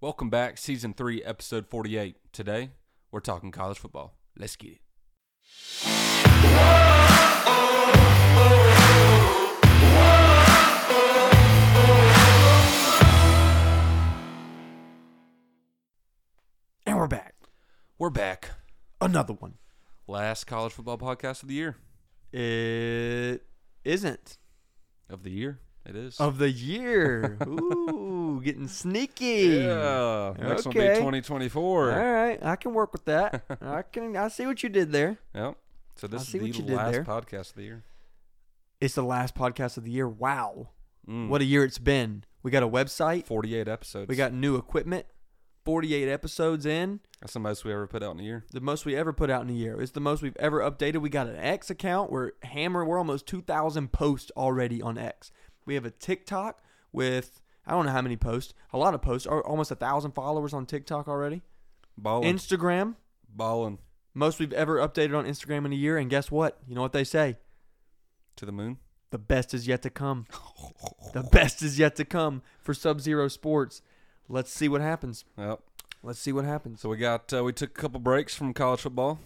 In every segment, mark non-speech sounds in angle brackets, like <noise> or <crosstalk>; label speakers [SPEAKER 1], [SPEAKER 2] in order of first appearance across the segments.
[SPEAKER 1] Welcome back, season three, episode 48. Today, we're talking college football. Let's get it.
[SPEAKER 2] And we're back.
[SPEAKER 1] We're back.
[SPEAKER 2] Another one.
[SPEAKER 1] Last college football podcast of the year.
[SPEAKER 2] It isn't.
[SPEAKER 1] Of the year, it is.
[SPEAKER 2] Of the year. <laughs> Ooh, getting sneaky.
[SPEAKER 1] yeah. Next one will be
[SPEAKER 2] Okay.
[SPEAKER 1] 2024.
[SPEAKER 2] All right. I can work with that. I can I see what you did there.
[SPEAKER 1] Yep. So this
[SPEAKER 2] I
[SPEAKER 1] is
[SPEAKER 2] see
[SPEAKER 1] the
[SPEAKER 2] what you did
[SPEAKER 1] last
[SPEAKER 2] there.
[SPEAKER 1] podcast of the year.
[SPEAKER 2] It's the last podcast of the year. Wow.
[SPEAKER 1] Mm.
[SPEAKER 2] What a year it's been. We got a website.
[SPEAKER 1] 48 episodes.
[SPEAKER 2] We got new equipment. 48 episodes in.
[SPEAKER 1] That's the most we ever put out in a year.
[SPEAKER 2] The most we ever put out in a year. It's the most we've ever updated. We got an X account. We're hammering. We're almost 2,000 posts already on X. We have a TikTok with I don't know how many posts. A lot of posts. Are almost a thousand followers on TikTok already.
[SPEAKER 1] Balling.
[SPEAKER 2] Instagram.
[SPEAKER 1] balling
[SPEAKER 2] Most we've ever updated on Instagram in a year. And guess what? You know what they say?
[SPEAKER 1] to the moon.
[SPEAKER 2] The best is yet to come. The best is yet to come for Sub Zero Sports. Let's see what happens.
[SPEAKER 1] Yep.
[SPEAKER 2] Let's see what happens.
[SPEAKER 1] So we got uh, we took a couple breaks from college football.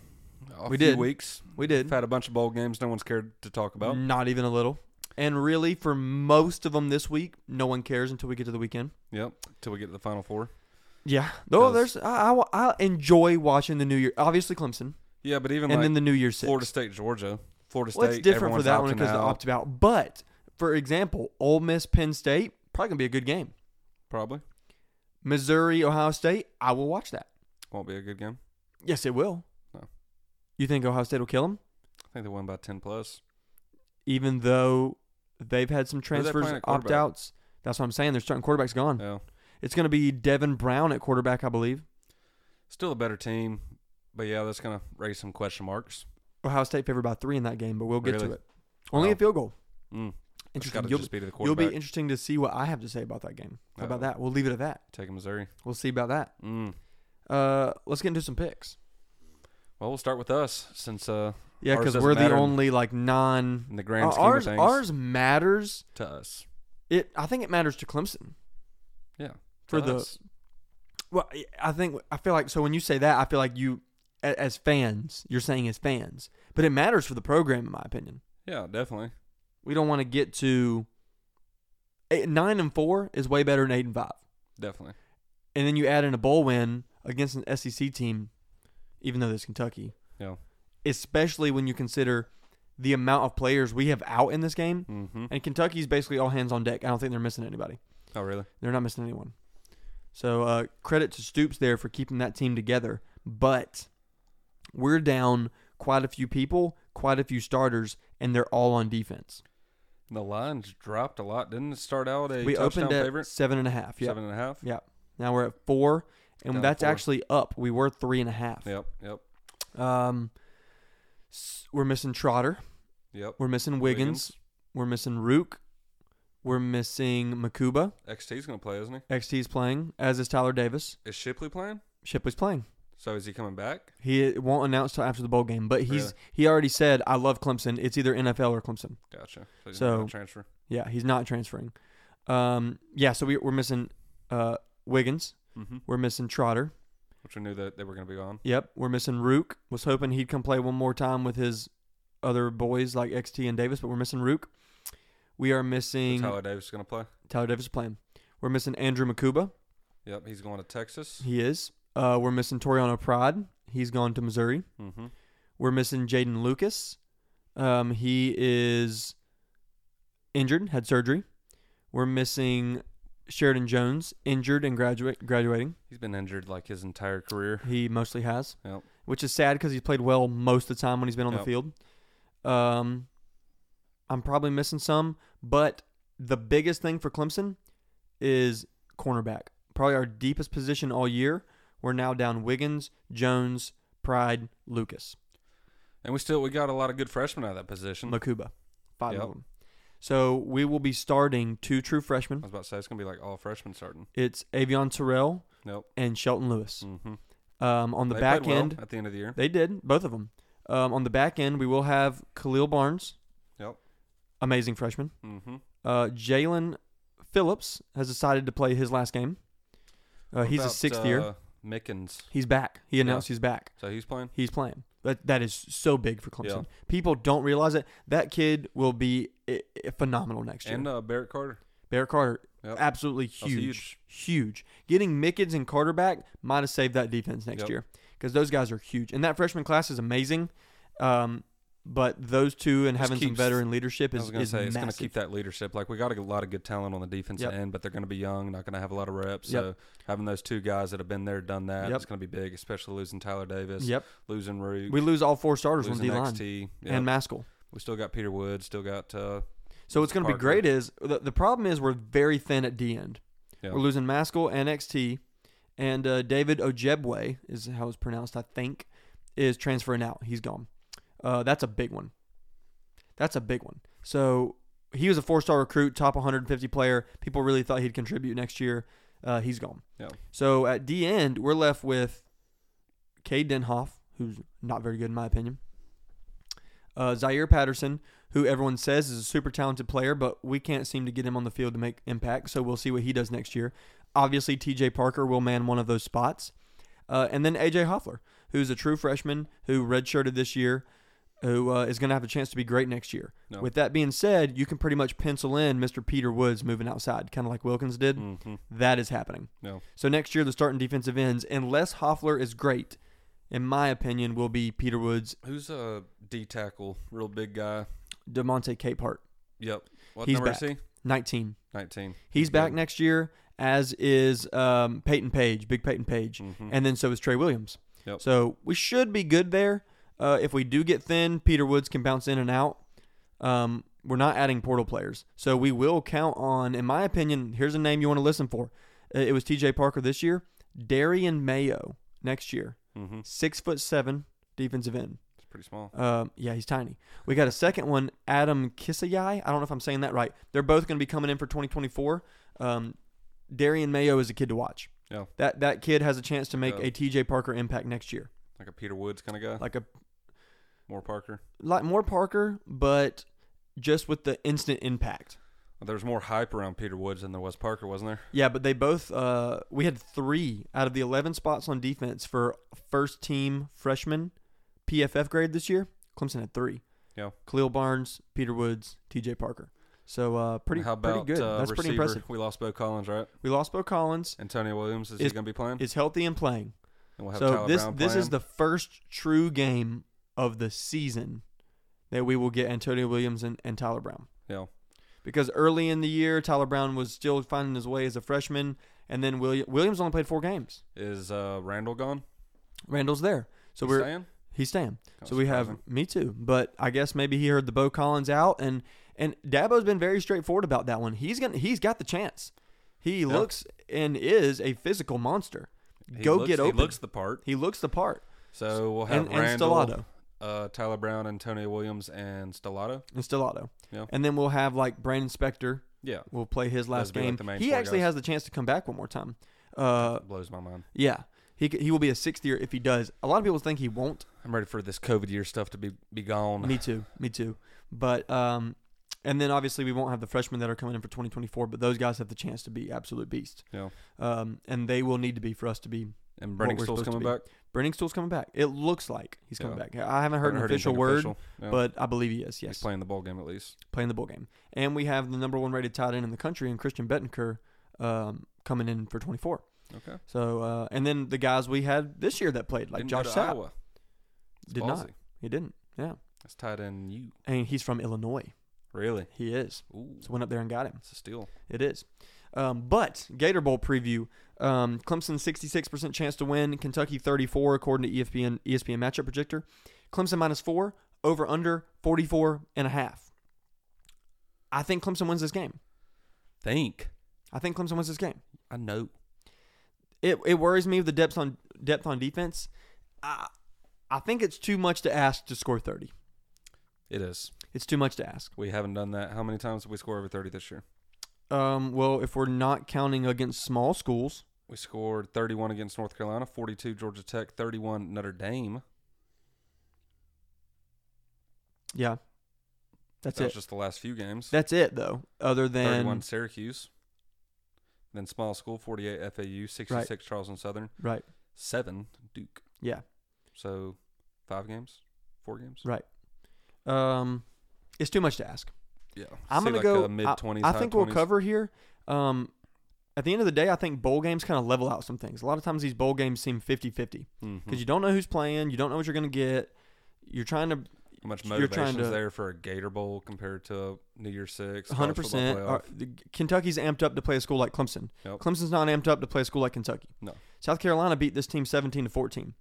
[SPEAKER 1] A
[SPEAKER 2] We
[SPEAKER 1] few
[SPEAKER 2] did.
[SPEAKER 1] weeks.
[SPEAKER 2] We did.
[SPEAKER 1] We've had a bunch of bowl games. No one's cared to talk about.
[SPEAKER 2] Not even a little. And really, for most of them this week, no one cares until we get to the weekend.
[SPEAKER 1] Yep. Till we get to the final four.
[SPEAKER 2] Yeah. No,
[SPEAKER 1] 'Cause-
[SPEAKER 2] there's. I, I, I enjoy watching the New Year. Obviously, Clemson,
[SPEAKER 1] Yeah, but even
[SPEAKER 2] and
[SPEAKER 1] like
[SPEAKER 2] then the New Year's Six.
[SPEAKER 1] Florida State, Georgia, Florida State.
[SPEAKER 2] well, it's different for
[SPEAKER 1] everyone's
[SPEAKER 2] that one
[SPEAKER 1] opting
[SPEAKER 2] because the
[SPEAKER 1] out,
[SPEAKER 2] opt out. But for example, Ole Miss, Penn State, probably gonna be a good game.
[SPEAKER 1] probably
[SPEAKER 2] Missouri, Ohio State, I will watch that.
[SPEAKER 1] won't be a good game.
[SPEAKER 2] Yes, it will.
[SPEAKER 1] No.
[SPEAKER 2] You think Ohio State will kill them,
[SPEAKER 1] I think they won by ten plus.
[SPEAKER 2] even though they've had some
[SPEAKER 1] Who's they playing
[SPEAKER 2] transfers,
[SPEAKER 1] at quarterback?
[SPEAKER 2] opt outs. That's what I'm saying. Their starting quarterback's gone.
[SPEAKER 1] Yeah,
[SPEAKER 2] It's gonna be Devin Brown at quarterback, I believe.
[SPEAKER 1] still a better team, but yeah, that's gonna raise some question marks.
[SPEAKER 2] Ohio State favored by three in that game, but we'll get
[SPEAKER 1] Really?
[SPEAKER 2] to it. Only
[SPEAKER 1] Wow.
[SPEAKER 2] a field goal.
[SPEAKER 1] Mm. It's got
[SPEAKER 2] Interesting.
[SPEAKER 1] to
[SPEAKER 2] You'll,
[SPEAKER 1] just be to the
[SPEAKER 2] you'll be
[SPEAKER 1] quarterback. Oh.
[SPEAKER 2] interesting to see what I have to say about that game. How
[SPEAKER 1] Uh-oh.
[SPEAKER 2] about that? We'll leave it at that.
[SPEAKER 1] Taking Missouri.
[SPEAKER 2] We'll see about that.
[SPEAKER 1] Mm.
[SPEAKER 2] Uh, let's get into some picks.
[SPEAKER 1] Well, we'll start with us since uh,
[SPEAKER 2] Yeah,
[SPEAKER 1] Ours
[SPEAKER 2] because
[SPEAKER 1] doesn't
[SPEAKER 2] we're the
[SPEAKER 1] matter.
[SPEAKER 2] only like non.
[SPEAKER 1] in the grand
[SPEAKER 2] Uh,
[SPEAKER 1] scheme
[SPEAKER 2] ours
[SPEAKER 1] of things,
[SPEAKER 2] ours matters.
[SPEAKER 1] to us.
[SPEAKER 2] It I think it matters to Clemson.
[SPEAKER 1] Yeah, to
[SPEAKER 2] For the-
[SPEAKER 1] us.
[SPEAKER 2] Well, I- I think I feel like so when you say that I feel like you a- as fans you're saying as fans, but it matters for the program in my opinion.
[SPEAKER 1] yeah, definitely.
[SPEAKER 2] We don't want to get to eight, nine and four is way better than eight and five.
[SPEAKER 1] Definitely.
[SPEAKER 2] and then you add in a bowl win against an SEC team, even though it's Kentucky.
[SPEAKER 1] Yeah.
[SPEAKER 2] Especially when you consider the amount of players we have out in this game,
[SPEAKER 1] Mm-hmm.
[SPEAKER 2] and Kentucky's basically all hands on deck. I don't think they're missing anybody.
[SPEAKER 1] Oh, really?
[SPEAKER 2] They're not missing anyone. So uh, credit to Stoops there for keeping that team together. But we're down quite a few people, quite a few starters, and they're all on defense.
[SPEAKER 1] The lines dropped a lot. Didn't it start out a
[SPEAKER 2] we
[SPEAKER 1] touchdown
[SPEAKER 2] opened at
[SPEAKER 1] favorite?
[SPEAKER 2] seven and a half. Yeah.
[SPEAKER 1] Seven and a half.
[SPEAKER 2] Yeah. Now we're at four, and
[SPEAKER 1] Down to
[SPEAKER 2] that's
[SPEAKER 1] four.
[SPEAKER 2] actually up. We were three and a half.
[SPEAKER 1] Yep. Yep.
[SPEAKER 2] Um, s- we're missing Trotter.
[SPEAKER 1] Yep.
[SPEAKER 2] We're missing Wiggins. We're missing Rook. We're missing Makuba.
[SPEAKER 1] XT's gonna play, isn't he?
[SPEAKER 2] XT's playing, as is Tyler Davis.
[SPEAKER 1] Is Shipley playing?
[SPEAKER 2] Shipley's playing.
[SPEAKER 1] So is he coming back?
[SPEAKER 2] He won't announce till after the bowl game, but he's
[SPEAKER 1] Really?
[SPEAKER 2] he already said, "I love Clemson. It's either NFL or Clemson."
[SPEAKER 1] Gotcha. So, he's not gonna
[SPEAKER 2] So-
[SPEAKER 1] transfer.
[SPEAKER 2] Yeah, he's not transferring. Um, yeah, so we, we're missing uh, Wiggins.
[SPEAKER 1] Mm-hmm.
[SPEAKER 2] We're missing Trotter.
[SPEAKER 1] Which we knew that they were gonna be gone.
[SPEAKER 2] Yep, we're missing Rook. Was hoping he'd come play one more time with his other boys like XT and Davis, but we're missing Rook. We are
[SPEAKER 1] So
[SPEAKER 2] missing
[SPEAKER 1] Tyler Davis is gonna play.
[SPEAKER 2] Tyler Davis is playing. We're missing Andrew Makuba.
[SPEAKER 1] Yep. He's going to Texas.
[SPEAKER 2] He is. Uh, we're missing Toriano Pride. He's gone to Missouri.
[SPEAKER 1] Mm-hmm.
[SPEAKER 2] We're missing Jaden Lucas. Um, he is injured, had surgery. We're missing Sheridan Jones, injured and graduate graduating.
[SPEAKER 1] He's been injured like his entire career.
[SPEAKER 2] He mostly has,
[SPEAKER 1] Yep.
[SPEAKER 2] which is sad because he's played well most of the time when he's been on
[SPEAKER 1] Yep.
[SPEAKER 2] the field. Um, I'm probably missing some, but the biggest thing for Clemson is cornerback. Probably our deepest position all year. We're now down Wiggins, Jones, Pride, Lucas,
[SPEAKER 1] And we still we got a lot of good freshmen out of that position.
[SPEAKER 2] Makuba, five
[SPEAKER 1] Yep.
[SPEAKER 2] of them. So we will be starting two true
[SPEAKER 1] I
[SPEAKER 2] freshmen.
[SPEAKER 1] was about to say it's gonna be like all freshmen starting.
[SPEAKER 2] It's Avion Terrell
[SPEAKER 1] Nope.
[SPEAKER 2] and Shelton Lewis.
[SPEAKER 1] Mm-hmm.
[SPEAKER 2] Um, on the
[SPEAKER 1] they
[SPEAKER 2] back
[SPEAKER 1] played well
[SPEAKER 2] end,
[SPEAKER 1] at the end of the year.
[SPEAKER 2] They did both of them. Um, on the back end, we will have Khalil Barnes,
[SPEAKER 1] Yep.
[SPEAKER 2] amazing freshman.
[SPEAKER 1] Mm-hmm.
[SPEAKER 2] Uh, Jalen Phillips has decided to play his last game. Uh, he's a
[SPEAKER 1] about,
[SPEAKER 2] sixth
[SPEAKER 1] uh,
[SPEAKER 2] year.
[SPEAKER 1] Mickens.
[SPEAKER 2] He's back. He announced he's back.
[SPEAKER 1] So he's playing.
[SPEAKER 2] He's playing. That that is so big for
[SPEAKER 1] Yeah.
[SPEAKER 2] Clemson. People don't realize it. That kid will be i i- phenomenal next year.
[SPEAKER 1] And uh, Barrett Carter.
[SPEAKER 2] Barrett Carter,
[SPEAKER 1] Yep.
[SPEAKER 2] absolutely
[SPEAKER 1] was
[SPEAKER 2] huge,
[SPEAKER 1] huge.
[SPEAKER 2] huge, Getting Mickens and Carter back might have saved that defense next
[SPEAKER 1] Yep.
[SPEAKER 2] year because those guys are huge. And that freshman class is amazing. Um, but those two and
[SPEAKER 1] Just
[SPEAKER 2] having some
[SPEAKER 1] keeps-
[SPEAKER 2] veteran leadership
[SPEAKER 1] I
[SPEAKER 2] is,
[SPEAKER 1] was going to
[SPEAKER 2] is
[SPEAKER 1] say it's going to
[SPEAKER 2] massive.
[SPEAKER 1] keep that leadership. Like we got a lot of good talent on the defensive
[SPEAKER 2] Yep.
[SPEAKER 1] end, but they're going to be young, not going to have a lot of reps.
[SPEAKER 2] Yep.
[SPEAKER 1] So having those two guys that have been there, done that,
[SPEAKER 2] Yep.
[SPEAKER 1] it's going to be big. Especially losing Tyler Davis,
[SPEAKER 2] Yep,
[SPEAKER 1] losing Rue,
[SPEAKER 2] we lose all four starters on
[SPEAKER 1] losing
[SPEAKER 2] D line
[SPEAKER 1] XT. Yep.
[SPEAKER 2] and Maskell.
[SPEAKER 1] we still got Peter Wood. Still got uh,
[SPEAKER 2] So what's going to be
[SPEAKER 1] Parker.
[SPEAKER 2] great is the, the problem is we're very thin at D end.
[SPEAKER 1] Yeah.
[SPEAKER 2] We're losing Maskell and XT, and uh, David Ojebwe is how it's pronounced, I think, is transferring out. He's gone. Uh, that's a big one. That's a big one. So he was a four star recruit, top 150 player. People really thought he'd contribute next year. Uh, he's gone.
[SPEAKER 1] Yeah.
[SPEAKER 2] So at D end, we're left with Kay Denhoff, who's not very good in my opinion. Uh, Zaire Patterson, who everyone says is a super talented player, but we can't seem to get him on the field to make impact. So we'll see what he does next year. Obviously, TJ Parker will man one of those spots. Uh, and then AJ Hoffler, who's a true freshman who redshirted this year, who uh, is going to have a chance to be great next year.
[SPEAKER 1] No.
[SPEAKER 2] With that being said, you can pretty much pencil in Mr. Peter Woods moving outside, kind of like Wilkins did.
[SPEAKER 1] mhm,
[SPEAKER 2] That is happening.
[SPEAKER 1] no,
[SPEAKER 2] So next year, the starting defensive ends, unless Hoffler is great, in my opinion, will be Peter Woods,
[SPEAKER 1] who's a D tackle, real big guy.
[SPEAKER 2] Demonte Capehart,
[SPEAKER 1] Yep. What
[SPEAKER 2] He's
[SPEAKER 1] number
[SPEAKER 2] back.
[SPEAKER 1] is he?
[SPEAKER 2] 19.
[SPEAKER 1] Nineteen.
[SPEAKER 2] He's back
[SPEAKER 1] good.
[SPEAKER 2] next year, as is um, Peyton Page, Big Peyton Page,
[SPEAKER 1] Mhm.
[SPEAKER 2] and then so is Trey Williams.
[SPEAKER 1] Yep.
[SPEAKER 2] So we should be good there. Uh, if we do get thin, Peter Woods can bounce in and out. Um, we're not adding portal players, so we will count on. In my opinion, here's a name you want to listen for. Uh, It was T.J. Parker this year, Darian Mayo next year,
[SPEAKER 1] Mhm.
[SPEAKER 2] six foot seven defensive end.
[SPEAKER 1] It's pretty small.
[SPEAKER 2] Um, yeah, he's tiny. We got a second one, Adam Kisayai. I don't know if I'm saying that right. They're both going to be coming in for 2024. Um, Darian Mayo is a kid to watch.
[SPEAKER 1] Yeah.
[SPEAKER 2] That that kid has a chance to make
[SPEAKER 1] Yeah.
[SPEAKER 2] a TJ Parker impact next year.
[SPEAKER 1] Like a Peter Woods kind of guy.
[SPEAKER 2] Like a
[SPEAKER 1] More Parker.
[SPEAKER 2] like more Parker, but just with the instant impact.
[SPEAKER 1] There was more hype around Peter Woods than there was Parker, wasn't there?
[SPEAKER 2] Yeah, but they both uh, we had 3 out of the 11 spots on defense for first team freshman PFF grade this year. Clemson had 3.
[SPEAKER 1] Yeah.
[SPEAKER 2] Khalil Barnes, Peter Woods, TJ Parker. So uh, pretty
[SPEAKER 1] How about
[SPEAKER 2] pretty good.
[SPEAKER 1] Uh,
[SPEAKER 2] That's
[SPEAKER 1] receiver?
[SPEAKER 2] pretty impressive.
[SPEAKER 1] We lost Bo Collins, right?
[SPEAKER 2] We lost Bo Collins.
[SPEAKER 1] Antonio Williams is, he
[SPEAKER 2] Is-
[SPEAKER 1] going to be playing?
[SPEAKER 2] Is healthy and playing.
[SPEAKER 1] And we'll have
[SPEAKER 2] so
[SPEAKER 1] Tyler
[SPEAKER 2] this
[SPEAKER 1] Brown
[SPEAKER 2] this is
[SPEAKER 1] playing.
[SPEAKER 2] the first true game of the season that we will get Antonio Williams and, and Tyler Brown.
[SPEAKER 1] yeah.
[SPEAKER 2] Because early in the year, Tyler Brown was still finding his way as a freshman, and then William, Williams only played four games.
[SPEAKER 1] Is uh, Randall gone?
[SPEAKER 2] Randall's there, so
[SPEAKER 1] He's
[SPEAKER 2] we're
[SPEAKER 1] staying?
[SPEAKER 2] he's staying.
[SPEAKER 1] Kinda
[SPEAKER 2] So we have
[SPEAKER 1] surprising.
[SPEAKER 2] me too, but I guess maybe he heard the Bo Collins out, and and Dabo's been very straightforward about that one. He's gonna he's got the chance. He looks and is a physical monster.
[SPEAKER 1] He
[SPEAKER 2] Go
[SPEAKER 1] looks-
[SPEAKER 2] get open.
[SPEAKER 1] He looks the part.
[SPEAKER 2] He looks the part.
[SPEAKER 1] So we'll have
[SPEAKER 2] And, and
[SPEAKER 1] Randall,
[SPEAKER 2] Stellato.
[SPEAKER 1] uh, Tyler Brown, Antonio Williams, and Stellato.
[SPEAKER 2] And Stellato.
[SPEAKER 1] Yeah.
[SPEAKER 2] And then we'll have like Brandon Spector
[SPEAKER 1] Yeah,
[SPEAKER 2] will play his last
[SPEAKER 1] be, like,
[SPEAKER 2] game.
[SPEAKER 1] the main
[SPEAKER 2] he
[SPEAKER 1] four
[SPEAKER 2] actually
[SPEAKER 1] guys.
[SPEAKER 2] has the chance to come back one more time. Uh,
[SPEAKER 1] blows my mind.
[SPEAKER 2] yeah. He, c- he will be a sixth year if he does. A lot of people think
[SPEAKER 1] <sighs>
[SPEAKER 2] he won't.
[SPEAKER 1] I'm ready for this COVID year stuff to be be gone.
[SPEAKER 2] Me too. Me too. But um, and then obviously we won't have the freshmen that are coming in for 2024. But those guys have the chance to be absolute beasts.
[SPEAKER 1] Yeah.
[SPEAKER 2] Um, and they will need to be for us to be.
[SPEAKER 1] and
[SPEAKER 2] what
[SPEAKER 1] Brennan
[SPEAKER 2] we're
[SPEAKER 1] Stoll's
[SPEAKER 2] supposed to
[SPEAKER 1] coming
[SPEAKER 2] be.
[SPEAKER 1] back.
[SPEAKER 2] Brenningstool's coming back. It looks like he's coming
[SPEAKER 1] Yeah.
[SPEAKER 2] back. I haven't heard an official
[SPEAKER 1] anything
[SPEAKER 2] word,
[SPEAKER 1] official. Yeah.
[SPEAKER 2] but I believe he is.
[SPEAKER 1] he's
[SPEAKER 2] Yes.
[SPEAKER 1] playing the ball game at least.
[SPEAKER 2] playing the bowl game. And we have the number one rated tight end in the country, and Christian Betancourt um, coming in for 24.
[SPEAKER 1] Okay.
[SPEAKER 2] So, uh, and then the guys we had this year that played, like
[SPEAKER 1] Didn't go
[SPEAKER 2] Josh
[SPEAKER 1] to
[SPEAKER 2] Sapp,
[SPEAKER 1] Iowa. It's
[SPEAKER 2] did not.
[SPEAKER 1] ballsy.
[SPEAKER 2] He didn't. Yeah.
[SPEAKER 1] That's tied in you.
[SPEAKER 2] And he's from Illinois.
[SPEAKER 1] Really?
[SPEAKER 2] He is.
[SPEAKER 1] Ooh,
[SPEAKER 2] So went up there and got him.
[SPEAKER 1] it's a steal.
[SPEAKER 2] It is. Um, but Gator Bowl preview. Um, Clemson 66% chance to win. Kentucky 34 according to E ESPN ESPN matchup projector. Clemson minus four over under 44 and a half. I think Clemson wins this game.
[SPEAKER 1] Think.
[SPEAKER 2] I think Clemson wins this game.
[SPEAKER 1] I know.
[SPEAKER 2] it, it worries me with the depth on depth on defense. I I think it's too much to ask to score thirty.
[SPEAKER 1] It is.
[SPEAKER 2] It's too much to ask.
[SPEAKER 1] We haven't done that. How many times did we score over 30 this year?
[SPEAKER 2] Um, well, if we're not counting against small schools,
[SPEAKER 1] We scored 31 against North Carolina, 42 Georgia Tech, 31 Notre Dame.
[SPEAKER 2] yeah, that's
[SPEAKER 1] That's
[SPEAKER 2] it.
[SPEAKER 1] just the last few games.
[SPEAKER 2] That's it though. Other
[SPEAKER 1] 31
[SPEAKER 2] than
[SPEAKER 1] Syracuse, Then small school, 48 FAU, 66 Charleston Southern,
[SPEAKER 2] Right.
[SPEAKER 1] 7 Duke.
[SPEAKER 2] Yeah.
[SPEAKER 1] So five games, four games.
[SPEAKER 2] Um, it's too much to ask.
[SPEAKER 1] Yeah.
[SPEAKER 2] I'm
[SPEAKER 1] See,
[SPEAKER 2] gonna
[SPEAKER 1] like
[SPEAKER 2] go.
[SPEAKER 1] a mid
[SPEAKER 2] I-
[SPEAKER 1] 20s.
[SPEAKER 2] I,
[SPEAKER 1] high
[SPEAKER 2] think
[SPEAKER 1] 20s.
[SPEAKER 2] we'll cover here. Um, at the end of the day, I think bowl games kind of level out some things. A lot of times these bowl games seem 50-50 because
[SPEAKER 1] Mhm.
[SPEAKER 2] you don't know who's playing, you don't know what you're going to get. You're trying to
[SPEAKER 1] How much
[SPEAKER 2] you're trying
[SPEAKER 1] motivation is
[SPEAKER 2] to-
[SPEAKER 1] there for a Gator Bowl compared to New Year's Six? college
[SPEAKER 2] 100.
[SPEAKER 1] football
[SPEAKER 2] percent uh,
[SPEAKER 1] playoff?
[SPEAKER 2] Kentucky's amped up to play a school like Clemson.
[SPEAKER 1] Yep.
[SPEAKER 2] Clemson's not amped up to play a school like Kentucky.
[SPEAKER 1] No.
[SPEAKER 2] South Carolina beat this team 17 to 14.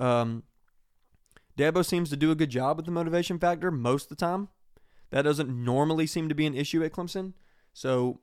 [SPEAKER 2] Um, Dabo seems to do a good job with the motivation factor most of the time. That doesn't normally seem to be an issue at Clemson. So,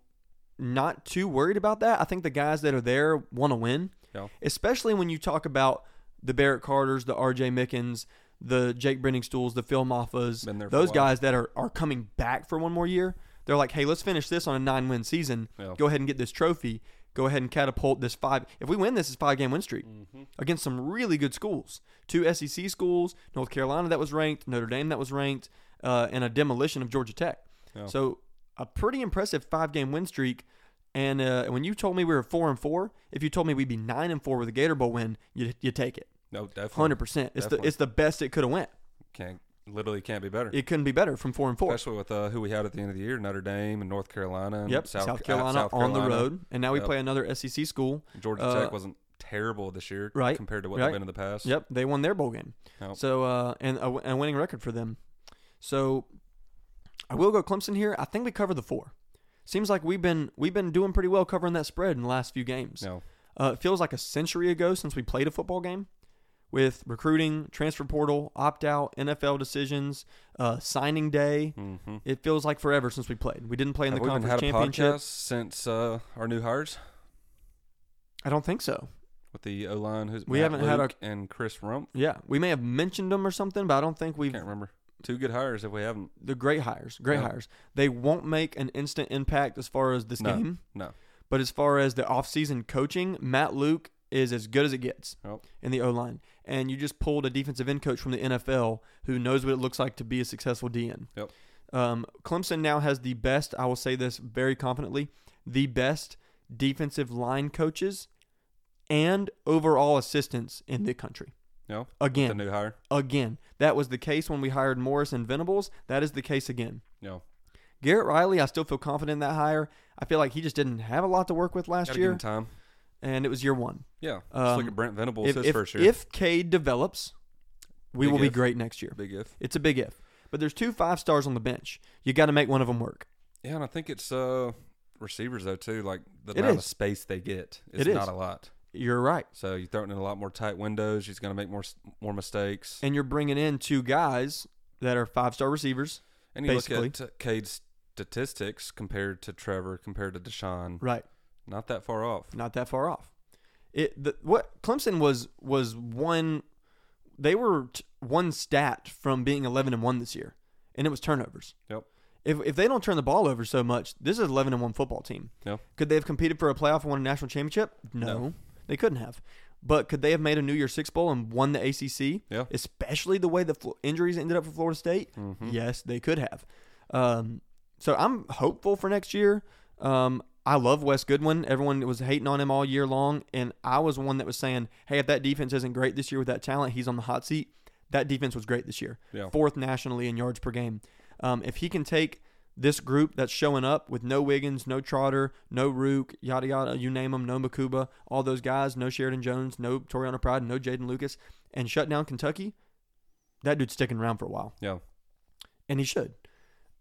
[SPEAKER 2] not too worried about that. I think the guys that are there want to win,
[SPEAKER 1] Yeah.
[SPEAKER 2] especially when you talk about the Barrett Carters, the R.J. Mickens, the Jake Brenningstools, the Phil Moffas,
[SPEAKER 1] Been there for a
[SPEAKER 2] those
[SPEAKER 1] while.
[SPEAKER 2] guys that are, are coming back for one more year. They're like, hey, let's finish this on a nine win season.
[SPEAKER 1] Yeah.
[SPEAKER 2] Go ahead and get this trophy. Go ahead and catapult this five. If we win this, it's five game win streak
[SPEAKER 1] Mm-hmm.
[SPEAKER 2] against some really good schools. Two SEC schools, North Carolina that was ranked, Notre Dame that was ranked, uh, and a demolition of Georgia Tech.
[SPEAKER 1] Yeah.
[SPEAKER 2] So a pretty impressive five game win streak. And uh, when you told me we were four and four, if you told me we'd be nine and four with a Gator Bowl win, you you take it,
[SPEAKER 1] No, definitely.
[SPEAKER 2] hundred percent. It's the
[SPEAKER 1] Definitely.
[SPEAKER 2] it's the best it could have went.
[SPEAKER 1] Can't literally can't be better.
[SPEAKER 2] It couldn't be better from four and four.
[SPEAKER 1] Especially with uh, who we had at the end of the year, Notre Dame and North Carolina. And
[SPEAKER 2] Yep, South,
[SPEAKER 1] Um, South, at
[SPEAKER 2] Carolina
[SPEAKER 1] South
[SPEAKER 2] on the
[SPEAKER 1] Carolina.
[SPEAKER 2] road, and now we
[SPEAKER 1] Yep.
[SPEAKER 2] play another SEC school.
[SPEAKER 1] Georgia
[SPEAKER 2] Uh,
[SPEAKER 1] Tech wasn't terrible this year,
[SPEAKER 2] right,
[SPEAKER 1] Compared to what
[SPEAKER 2] right.
[SPEAKER 1] they've been in the past.
[SPEAKER 2] Yep, they won their bowl game.
[SPEAKER 1] Yep.
[SPEAKER 2] So uh, and a, a winning record for them. So I will go Clemson here. I think we cover the four. Seems like we've been we've been doing pretty well covering that spread in the last few games.
[SPEAKER 1] No.
[SPEAKER 2] Uh, it feels like a century ago since we played a football game with recruiting, transfer portal, opt out, NFL decisions, uh, signing day.
[SPEAKER 1] Mm-hmm.
[SPEAKER 2] It feels like forever since we played. We didn't play in
[SPEAKER 1] Have
[SPEAKER 2] the
[SPEAKER 1] we even
[SPEAKER 2] conference
[SPEAKER 1] had a
[SPEAKER 2] championship.
[SPEAKER 1] podcast since uh, our new hires
[SPEAKER 2] I don't think so.
[SPEAKER 1] with the O line? Who's
[SPEAKER 2] We
[SPEAKER 1] Matt
[SPEAKER 2] haven't had a-
[SPEAKER 1] Luke and Chris Rump?
[SPEAKER 2] Yeah, we may have mentioned them or something, but I don't think we've
[SPEAKER 1] Can't remember. Two good hires if we haven't.
[SPEAKER 2] the great hires, great
[SPEAKER 1] Yeah.
[SPEAKER 2] hires. They won't make an instant impact as far as this
[SPEAKER 1] No,
[SPEAKER 2] game,
[SPEAKER 1] no.
[SPEAKER 2] But as far as the offseason coaching, Matt Luke is as good as it gets
[SPEAKER 1] Yep.
[SPEAKER 2] in the O line. And you just pulled a defensive end coach from the NFL who knows what it looks like to be a successful DN.
[SPEAKER 1] Yep.
[SPEAKER 2] Um, Clemson now has the best. I will say this very confidently: the best defensive line coaches and overall assistants in the country.
[SPEAKER 1] No.
[SPEAKER 2] Again,
[SPEAKER 1] The new hire.
[SPEAKER 2] again. That was the case when we hired Morris and Venables. That is the case again.
[SPEAKER 1] No.
[SPEAKER 2] Garrett Riley, I still feel confident in that hire. I feel like he just didn't have a lot to work with last
[SPEAKER 1] Gotta give
[SPEAKER 2] year,
[SPEAKER 1] him time.
[SPEAKER 2] and it was year one.
[SPEAKER 1] Yeah. Just
[SPEAKER 2] Um,
[SPEAKER 1] look at Brent Venables
[SPEAKER 2] If,
[SPEAKER 1] his
[SPEAKER 2] if,
[SPEAKER 1] first year.
[SPEAKER 2] if Cade develops, we
[SPEAKER 1] Big
[SPEAKER 2] will be
[SPEAKER 1] if.
[SPEAKER 2] great next year.
[SPEAKER 1] Big if.
[SPEAKER 2] It's a big if. But there's two five stars on the bench. You got to make one of them work.
[SPEAKER 1] Yeah, and I think it's uh, receivers though too. Like the
[SPEAKER 2] It
[SPEAKER 1] amount of
[SPEAKER 2] is.
[SPEAKER 1] space they get,
[SPEAKER 2] It
[SPEAKER 1] it's
[SPEAKER 2] is.
[SPEAKER 1] not a lot.
[SPEAKER 2] You're right.
[SPEAKER 1] So you're throwing in a lot more tight windows. He's going to make more s- more mistakes.
[SPEAKER 2] And you're bringing in two guys that are five star receivers.
[SPEAKER 1] And you
[SPEAKER 2] basically.
[SPEAKER 1] look at uh, Cade's statistics compared to Trevor, compared to Deshaun,
[SPEAKER 2] Right.
[SPEAKER 1] not that far off.
[SPEAKER 2] Not that far off. It the, what Clemson was was one they were t- one stat from being 11 and 1 this year and it was turnovers.
[SPEAKER 1] Yep.
[SPEAKER 2] If, if they don't turn the ball over so much, this is 11 and 1 football team.
[SPEAKER 1] Yep.
[SPEAKER 2] Could they have competed for a playoff and won a national championship? No.
[SPEAKER 1] No.
[SPEAKER 2] They couldn't have. But could they have made a New Year's Six Bowl and won the ACC?
[SPEAKER 1] Yeah.
[SPEAKER 2] Especially the way the fl- injuries ended up for Florida State?
[SPEAKER 1] Hmm. Mm-hmm.
[SPEAKER 2] Yes, they could have. Um, so I'm hopeful for next year. Um, I love Wes Goodwin. Everyone was hating on him all year long, and I was one that was saying, "Hey, if that defense isn't great this year with that talent, he's on the hot seat." That defense was great this year,
[SPEAKER 1] Yeah.
[SPEAKER 2] fourth nationally in yards per game. Um, if he can take this group that's showing up with no Wiggins, no Trotter, no Rook, yada yada, you name them, no Makuba, all those guys, no Sheridan Jones, no Toriano Pride, no Jaden Lucas, and shut down Kentucky, that dude's sticking around for a while
[SPEAKER 1] Yeah.
[SPEAKER 2] and he should.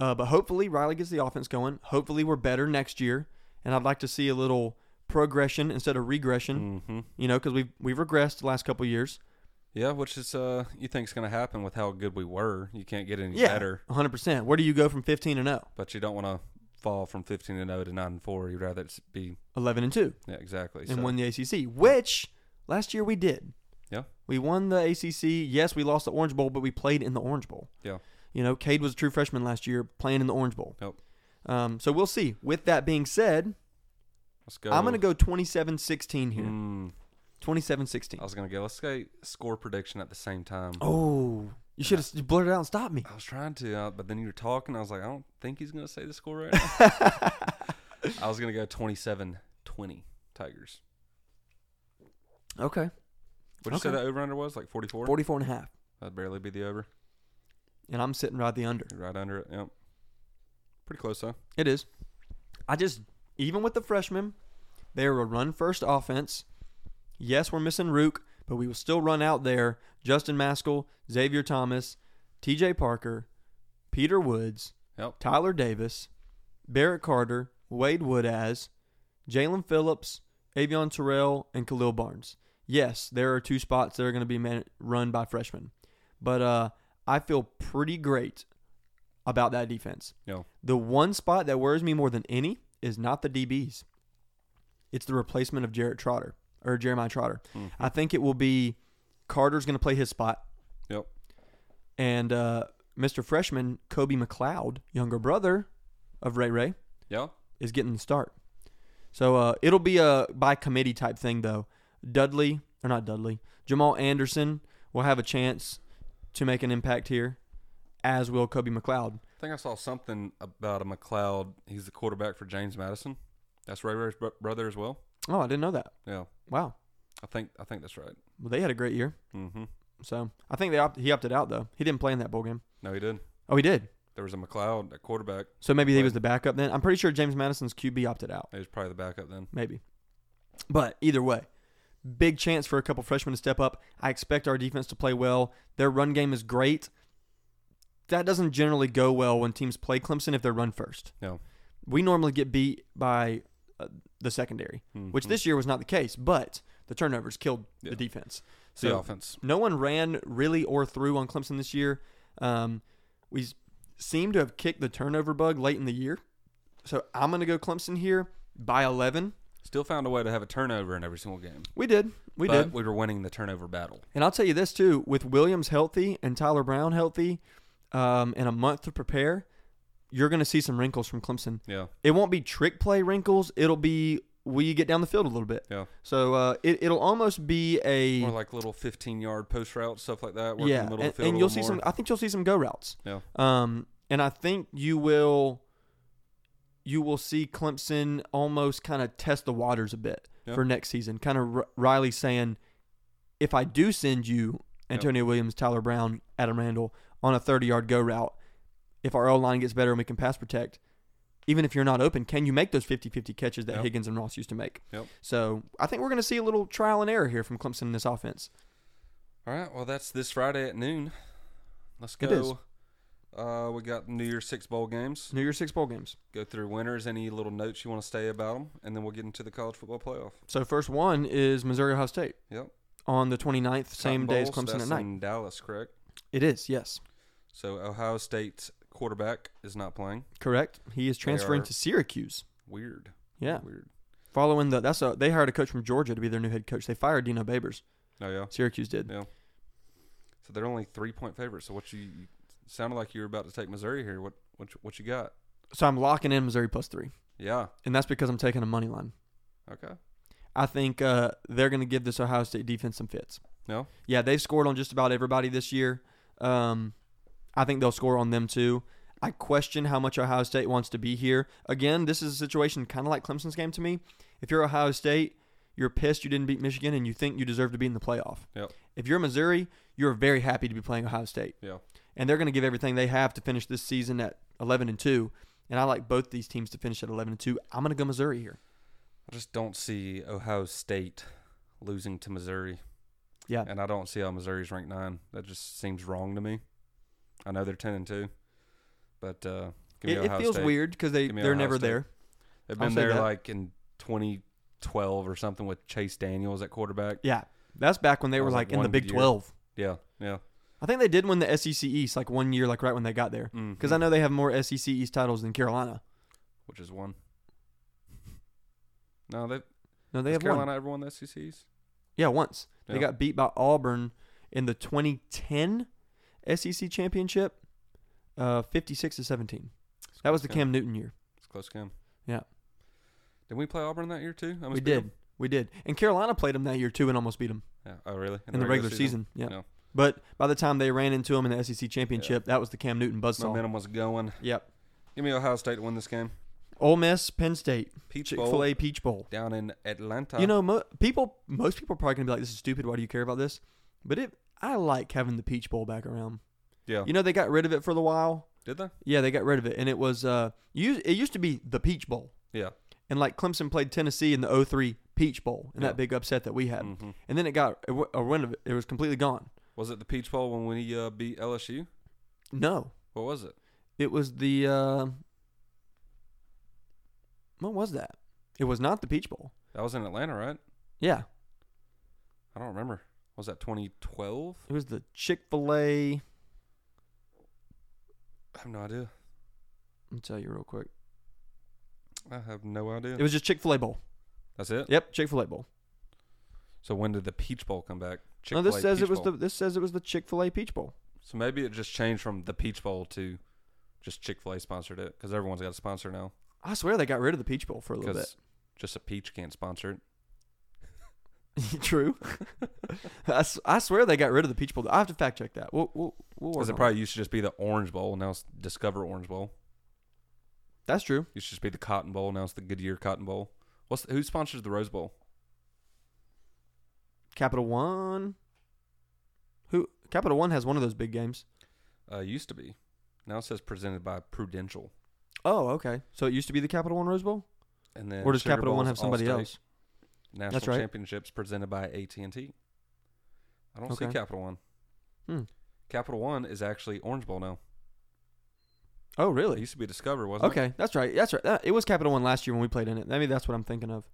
[SPEAKER 2] Uh, but hopefully Riley gets the offense going. Hopefully we're better next year, and I'd like to see a little progression instead of regression.
[SPEAKER 1] Mm-hmm.
[SPEAKER 2] You know, because we've we've regressed the last couple years.
[SPEAKER 1] Yeah, which is uh, you think is going to happen with how good we were. You can't get any better,
[SPEAKER 2] 100. percent Where do you go from 15 and oh? 0,
[SPEAKER 1] but you don't want to fall from 15 and 0 to 9 and 4. You'd rather it's be
[SPEAKER 2] 11 and 2,
[SPEAKER 1] yeah, exactly.
[SPEAKER 2] and
[SPEAKER 1] so,
[SPEAKER 2] win the ACC, which last year we did.
[SPEAKER 1] Yeah.
[SPEAKER 2] we won the ACC. Yes, we lost the Orange Bowl, but we played in the Orange Bowl.
[SPEAKER 1] Yeah.
[SPEAKER 2] You know, Cade was a true freshman last year playing in the Orange Bowl.
[SPEAKER 1] Yep.
[SPEAKER 2] Um, so we'll see. With that being said,
[SPEAKER 1] let's go.
[SPEAKER 2] I'm going to go 27-16 here.
[SPEAKER 1] Mm,
[SPEAKER 2] 27-16.
[SPEAKER 1] I was going to go. Let's say score prediction at the same time.
[SPEAKER 2] Oh, you should have blurted out and stopped me.
[SPEAKER 1] I was trying to, uh, but then you were
[SPEAKER 2] <laughs>
[SPEAKER 1] talking. I was like, I don't think he's going to say the score right now. I was going to go 27 twenty Tigers.
[SPEAKER 2] Okay.
[SPEAKER 1] Would you say
[SPEAKER 2] Okay.
[SPEAKER 1] that over under was like forty four?
[SPEAKER 2] 44 and a half.
[SPEAKER 1] That'd barely be the over.
[SPEAKER 2] And I'm sitting right the under.
[SPEAKER 1] Right under it. Yep. Pretty close though.
[SPEAKER 2] It is. I just, even with the freshmen, they were a run first offense. Yes, we're missing Rook, but we will still run out there. Justin Maskell, Xavier Thomas, TJ Parker, Peter Woods,
[SPEAKER 1] Yep.
[SPEAKER 2] Tyler Davis, Barrett Carter, Wade Woodaz, Jalen Phillips, Avion Terrell, and Khalil Barnes. Yes, there are two spots that are going to be man- run by freshmen, but uh, I feel pretty great about that defense.
[SPEAKER 1] Yeah.
[SPEAKER 2] The one spot that worries me more than any is not the DBs. It's the replacement of Jarrett Trotter or Jeremiah Trotter.
[SPEAKER 1] Mhm.
[SPEAKER 2] I think it will be Carter's going to play his spot
[SPEAKER 1] Yep.
[SPEAKER 2] and uh, Mr. Freshman Kobe McLeod, younger brother of Ray Ray,
[SPEAKER 1] Yeah.
[SPEAKER 2] is getting the start. So uh, it'll be a by committee type thing, though. Dudley or not Dudley, Jamal Anderson will have a chance to make an impact here, as will Kobe McLeod.
[SPEAKER 1] I think I saw something about a McLeod. He's the quarterback for James Madison. That's Ray Ray's br- brother as well.
[SPEAKER 2] Oh, I didn't know that.
[SPEAKER 1] Yeah.
[SPEAKER 2] Wow,
[SPEAKER 1] I think I think that's right.
[SPEAKER 2] well, they had a great year.
[SPEAKER 1] Mm-hmm.
[SPEAKER 2] So I think they opt- he opted out though. He didn't play in that bowl game.
[SPEAKER 1] No, he did.
[SPEAKER 2] Oh, he did.
[SPEAKER 1] There was a McLeod, a quarterback.
[SPEAKER 2] So maybe he
[SPEAKER 1] Right.
[SPEAKER 2] was the backup then. I'm pretty sure James Madison's QB opted out.
[SPEAKER 1] He was probably the backup then.
[SPEAKER 2] maybe. But either way, big chance for a couple freshmen to step up. I expect our defense to play well. Their run game is great. That doesn't generally go well when teams play Clemson if they're run first.
[SPEAKER 1] No.
[SPEAKER 2] We normally get beat by uh, the secondary, which
[SPEAKER 1] Mhm.
[SPEAKER 2] this year was not the case, but the turnovers killed
[SPEAKER 1] Yeah.
[SPEAKER 2] the defense.
[SPEAKER 1] the
[SPEAKER 2] so-
[SPEAKER 1] offense.
[SPEAKER 2] No one ran really or through on Clemson this year. Um, we s- seem to have kicked the turnover bug late in the year. So I'm going to go Clemson here by 11.
[SPEAKER 1] Still found a way to have a turnover in every single game.
[SPEAKER 2] We did. We
[SPEAKER 1] but
[SPEAKER 2] did.
[SPEAKER 1] we were winning the turnover battle.
[SPEAKER 2] And I'll tell you this too: with Williams healthy and Tyler Brown healthy, um, and a month to prepare, you're going to see some wrinkles from Clemson.
[SPEAKER 1] Yeah.
[SPEAKER 2] It won't be trick play wrinkles; it'll be we get down the field a little bit.
[SPEAKER 1] Yeah.
[SPEAKER 2] So uh, it, it'll almost be a
[SPEAKER 1] More like little 15 yard post route, stuff like that. working
[SPEAKER 2] yeah,
[SPEAKER 1] the middle
[SPEAKER 2] and,
[SPEAKER 1] of the field
[SPEAKER 2] and
[SPEAKER 1] a
[SPEAKER 2] you'll see
[SPEAKER 1] little
[SPEAKER 2] some.
[SPEAKER 1] more.
[SPEAKER 2] I think you'll see some go routes.
[SPEAKER 1] Yeah.
[SPEAKER 2] Um, and I think you will. You will see Clemson almost kind of test the waters a bit
[SPEAKER 1] Yeah.
[SPEAKER 2] for next season. Kind of R- Riley saying, if I do send you
[SPEAKER 1] Yeah.
[SPEAKER 2] Antonio Williams, Tyler Brown, Adam Randall on a 30 yard go route, if our O line gets better and we can pass protect, even if you're not open, can you make those 50 50 catches that
[SPEAKER 1] Yep.
[SPEAKER 2] Higgins and Ross used to make?
[SPEAKER 1] Yep.
[SPEAKER 2] So I think we're going to see a little trial and error here from Clemson in this offense.
[SPEAKER 1] All right. Well, that's this Friday at noon. Let's
[SPEAKER 2] It is.
[SPEAKER 1] go. Uh, we got New Year's Six Bowl games.
[SPEAKER 2] New Year's Six Bowl games.
[SPEAKER 1] Go through winners. Any little notes you want to stay about them, and then we'll get into the college football playoff.
[SPEAKER 2] So first one is Missouri Ohio State.
[SPEAKER 1] Yep.
[SPEAKER 2] On the 29th, same
[SPEAKER 1] Cotton
[SPEAKER 2] day as
[SPEAKER 1] Bowl, so
[SPEAKER 2] Clemson at
[SPEAKER 1] that's
[SPEAKER 2] night.
[SPEAKER 1] In Dallas, correct?
[SPEAKER 2] It is, yes.
[SPEAKER 1] So Ohio State's quarterback is not playing.
[SPEAKER 2] Correct. He is transferring
[SPEAKER 1] are-
[SPEAKER 2] to Syracuse.
[SPEAKER 1] Weird.
[SPEAKER 2] Yeah.
[SPEAKER 1] Weird.
[SPEAKER 2] Following the that's a they hired a coach from Georgia to be their new head coach. They fired Dino Babers.
[SPEAKER 1] Oh yeah.
[SPEAKER 2] Syracuse did.
[SPEAKER 1] Yeah. So they're only three point favorites. So what you, you sounded like you were about to take Missouri here. What what you- what you got?
[SPEAKER 2] So I'm locking in Missouri plus three.
[SPEAKER 1] Yeah.
[SPEAKER 2] And that's because I'm taking a money line.
[SPEAKER 1] Okay.
[SPEAKER 2] I think uh, they're gonna give this Ohio State defense some fits.
[SPEAKER 1] No.
[SPEAKER 2] Yeah, they've scored on just about everybody this year. Um, I think they'll score on them too. I question how much Ohio State wants to be here. Again, this is a situation kind of like Clemson's game to me. If you're Ohio State, you're pissed you didn't beat Michigan and you think you deserve to be in the playoff.
[SPEAKER 1] Yep.
[SPEAKER 2] If you're Missouri, you're very happy to be playing Ohio State.
[SPEAKER 1] Yeah.
[SPEAKER 2] And they're going to give everything they have to finish this season at 11 and 2. And I like both these teams to finish at 11 and 2. I'm going to go Missouri here.
[SPEAKER 1] I just don't see Ohio State losing to Missouri.
[SPEAKER 2] Yeah.
[SPEAKER 1] And I don't see how Missouri's ranked nine. That just seems wrong to me. I know they're ten and two, but uh, give me
[SPEAKER 2] It, it
[SPEAKER 1] Ohio
[SPEAKER 2] feels
[SPEAKER 1] State.
[SPEAKER 2] weird because they,
[SPEAKER 1] Give me
[SPEAKER 2] they're
[SPEAKER 1] Ohio
[SPEAKER 2] never
[SPEAKER 1] State.
[SPEAKER 2] there.
[SPEAKER 1] They've
[SPEAKER 2] I'll
[SPEAKER 1] been
[SPEAKER 2] say
[SPEAKER 1] there
[SPEAKER 2] that.
[SPEAKER 1] like in 2012 or something with Chase Daniels at quarterback.
[SPEAKER 2] Yeah. That's back when they
[SPEAKER 1] That
[SPEAKER 2] were
[SPEAKER 1] was,
[SPEAKER 2] like,
[SPEAKER 1] like,
[SPEAKER 2] in the
[SPEAKER 1] one
[SPEAKER 2] Big
[SPEAKER 1] year.
[SPEAKER 2] 12.
[SPEAKER 1] Yeah, yeah.
[SPEAKER 2] I think they did win the SEC East like one year, like right when they got there.
[SPEAKER 1] Mm-hmm.
[SPEAKER 2] Because
[SPEAKER 1] Hmm.
[SPEAKER 2] I know they have more SEC East titles than Carolina.
[SPEAKER 1] which is one. No, they
[SPEAKER 2] No, they
[SPEAKER 1] has
[SPEAKER 2] have
[SPEAKER 1] Carolina
[SPEAKER 2] one.
[SPEAKER 1] ever won the E SECs.
[SPEAKER 2] Yeah, once they
[SPEAKER 1] Yeah.
[SPEAKER 2] got beat by Auburn in the 2010 SEC E championship, uh, 56 to 17. That was the
[SPEAKER 1] Cam.
[SPEAKER 2] Cam Newton year.
[SPEAKER 1] It's close Cam.
[SPEAKER 2] Yeah.
[SPEAKER 1] Did we play Auburn that year too? I
[SPEAKER 2] we
[SPEAKER 1] almost beat
[SPEAKER 2] did,
[SPEAKER 1] 'em.
[SPEAKER 2] we did, and Carolina played them that year too, and almost beat them
[SPEAKER 1] Yeah. Oh, really?
[SPEAKER 2] in, the regular season. Yeah.
[SPEAKER 1] No.
[SPEAKER 2] But by the E time they ran into them in the SEC championship, that was the Cam Newton buzzsaw.
[SPEAKER 1] Momentum was going.
[SPEAKER 2] Yep.
[SPEAKER 1] Give me Ohio State to win this game.
[SPEAKER 2] Ole Miss, Penn State,
[SPEAKER 1] Peach
[SPEAKER 2] Chick
[SPEAKER 1] Bowl
[SPEAKER 2] Fil A, Peach Bowl.
[SPEAKER 1] down in Atlanta.
[SPEAKER 2] You know, mo- people, most people are probably gonna be like, "This is stupid. Why do you care about this?" But it, I like having the Peach Bowl back around.
[SPEAKER 1] yeah.
[SPEAKER 2] You know, they got rid of it for the while.
[SPEAKER 1] Did they?
[SPEAKER 2] Yeah, they got rid of it, and it was uh, you, it used to be the Peach Bowl,
[SPEAKER 1] Yeah.
[SPEAKER 2] and like Clemson played Tennessee in the 03 Peach Bowl, and
[SPEAKER 1] Yeah.
[SPEAKER 2] that big upset that we had,
[SPEAKER 1] hmm
[SPEAKER 2] and then it got it, w- a win of it. It was completely gone.
[SPEAKER 1] Was it the Peach Bowl when we uh, beat LSU?
[SPEAKER 2] No,
[SPEAKER 1] What was it?
[SPEAKER 2] It was the uh, what was that? It was not the Peach Bowl.
[SPEAKER 1] That was in Atlanta, right?
[SPEAKER 2] Yeah,
[SPEAKER 1] I don't remember. Was that 2012?
[SPEAKER 2] it was the Chick Fil A.
[SPEAKER 1] I have no idea.
[SPEAKER 2] I'll tell you real quick.
[SPEAKER 1] I have no idea.
[SPEAKER 2] It was just Chick Fil A Bowl.
[SPEAKER 1] That's it.
[SPEAKER 2] Yep, Chick Fil A Bowl.
[SPEAKER 1] So when did the Peach Bowl come back?
[SPEAKER 2] No, this
[SPEAKER 1] Chick-fil-A
[SPEAKER 2] says
[SPEAKER 1] Peach
[SPEAKER 2] it was
[SPEAKER 1] Bowl.
[SPEAKER 2] the this says it was the Chick Fil A Peach Bowl.
[SPEAKER 1] So maybe it just changed from the Peach Bowl to just Chick Fil A sponsored it because everyone's got a sponsor now.
[SPEAKER 2] I swear they got rid of the Peach Bowl for a little bit.
[SPEAKER 1] Because just a peach can't sponsor it.
[SPEAKER 2] <laughs> True. I, s- I swear they got rid of the Peach Bowl. I have to fact check that. We'll, we'll, we'll work
[SPEAKER 1] Because it
[SPEAKER 2] on
[SPEAKER 1] probably used to just be the Orange Bowl. Now it's Discover Orange Bowl.
[SPEAKER 2] it. That's true.
[SPEAKER 1] It used to just be the Cotton Bowl. Now it's the Goodyear Cotton Bowl. What's the, who sponsors the Rose Bowl?
[SPEAKER 2] Capital One. Who Capital One has one of those big games.
[SPEAKER 1] Uh, used to be. Now it says presented by Prudential.
[SPEAKER 2] Oh, okay. So it used to be the Capital One Rose Bowl,
[SPEAKER 1] And then
[SPEAKER 2] or does
[SPEAKER 1] Sugar
[SPEAKER 2] Capital One
[SPEAKER 1] Bowl's
[SPEAKER 2] have somebody
[SPEAKER 1] Allstate.
[SPEAKER 2] else?
[SPEAKER 1] National
[SPEAKER 2] right.
[SPEAKER 1] championships presented by AT and T. I don't see
[SPEAKER 2] Okay.
[SPEAKER 1] Capital One.
[SPEAKER 2] Hmm.
[SPEAKER 1] Capital One is actually Orange Bowl now.
[SPEAKER 2] Oh,
[SPEAKER 1] It
[SPEAKER 2] really?
[SPEAKER 1] used to be Discover, wasn't it?
[SPEAKER 2] Okay, that's right. That's right. That- it was Capital One last year when we played in it. Maybe that's what I'm thinking of.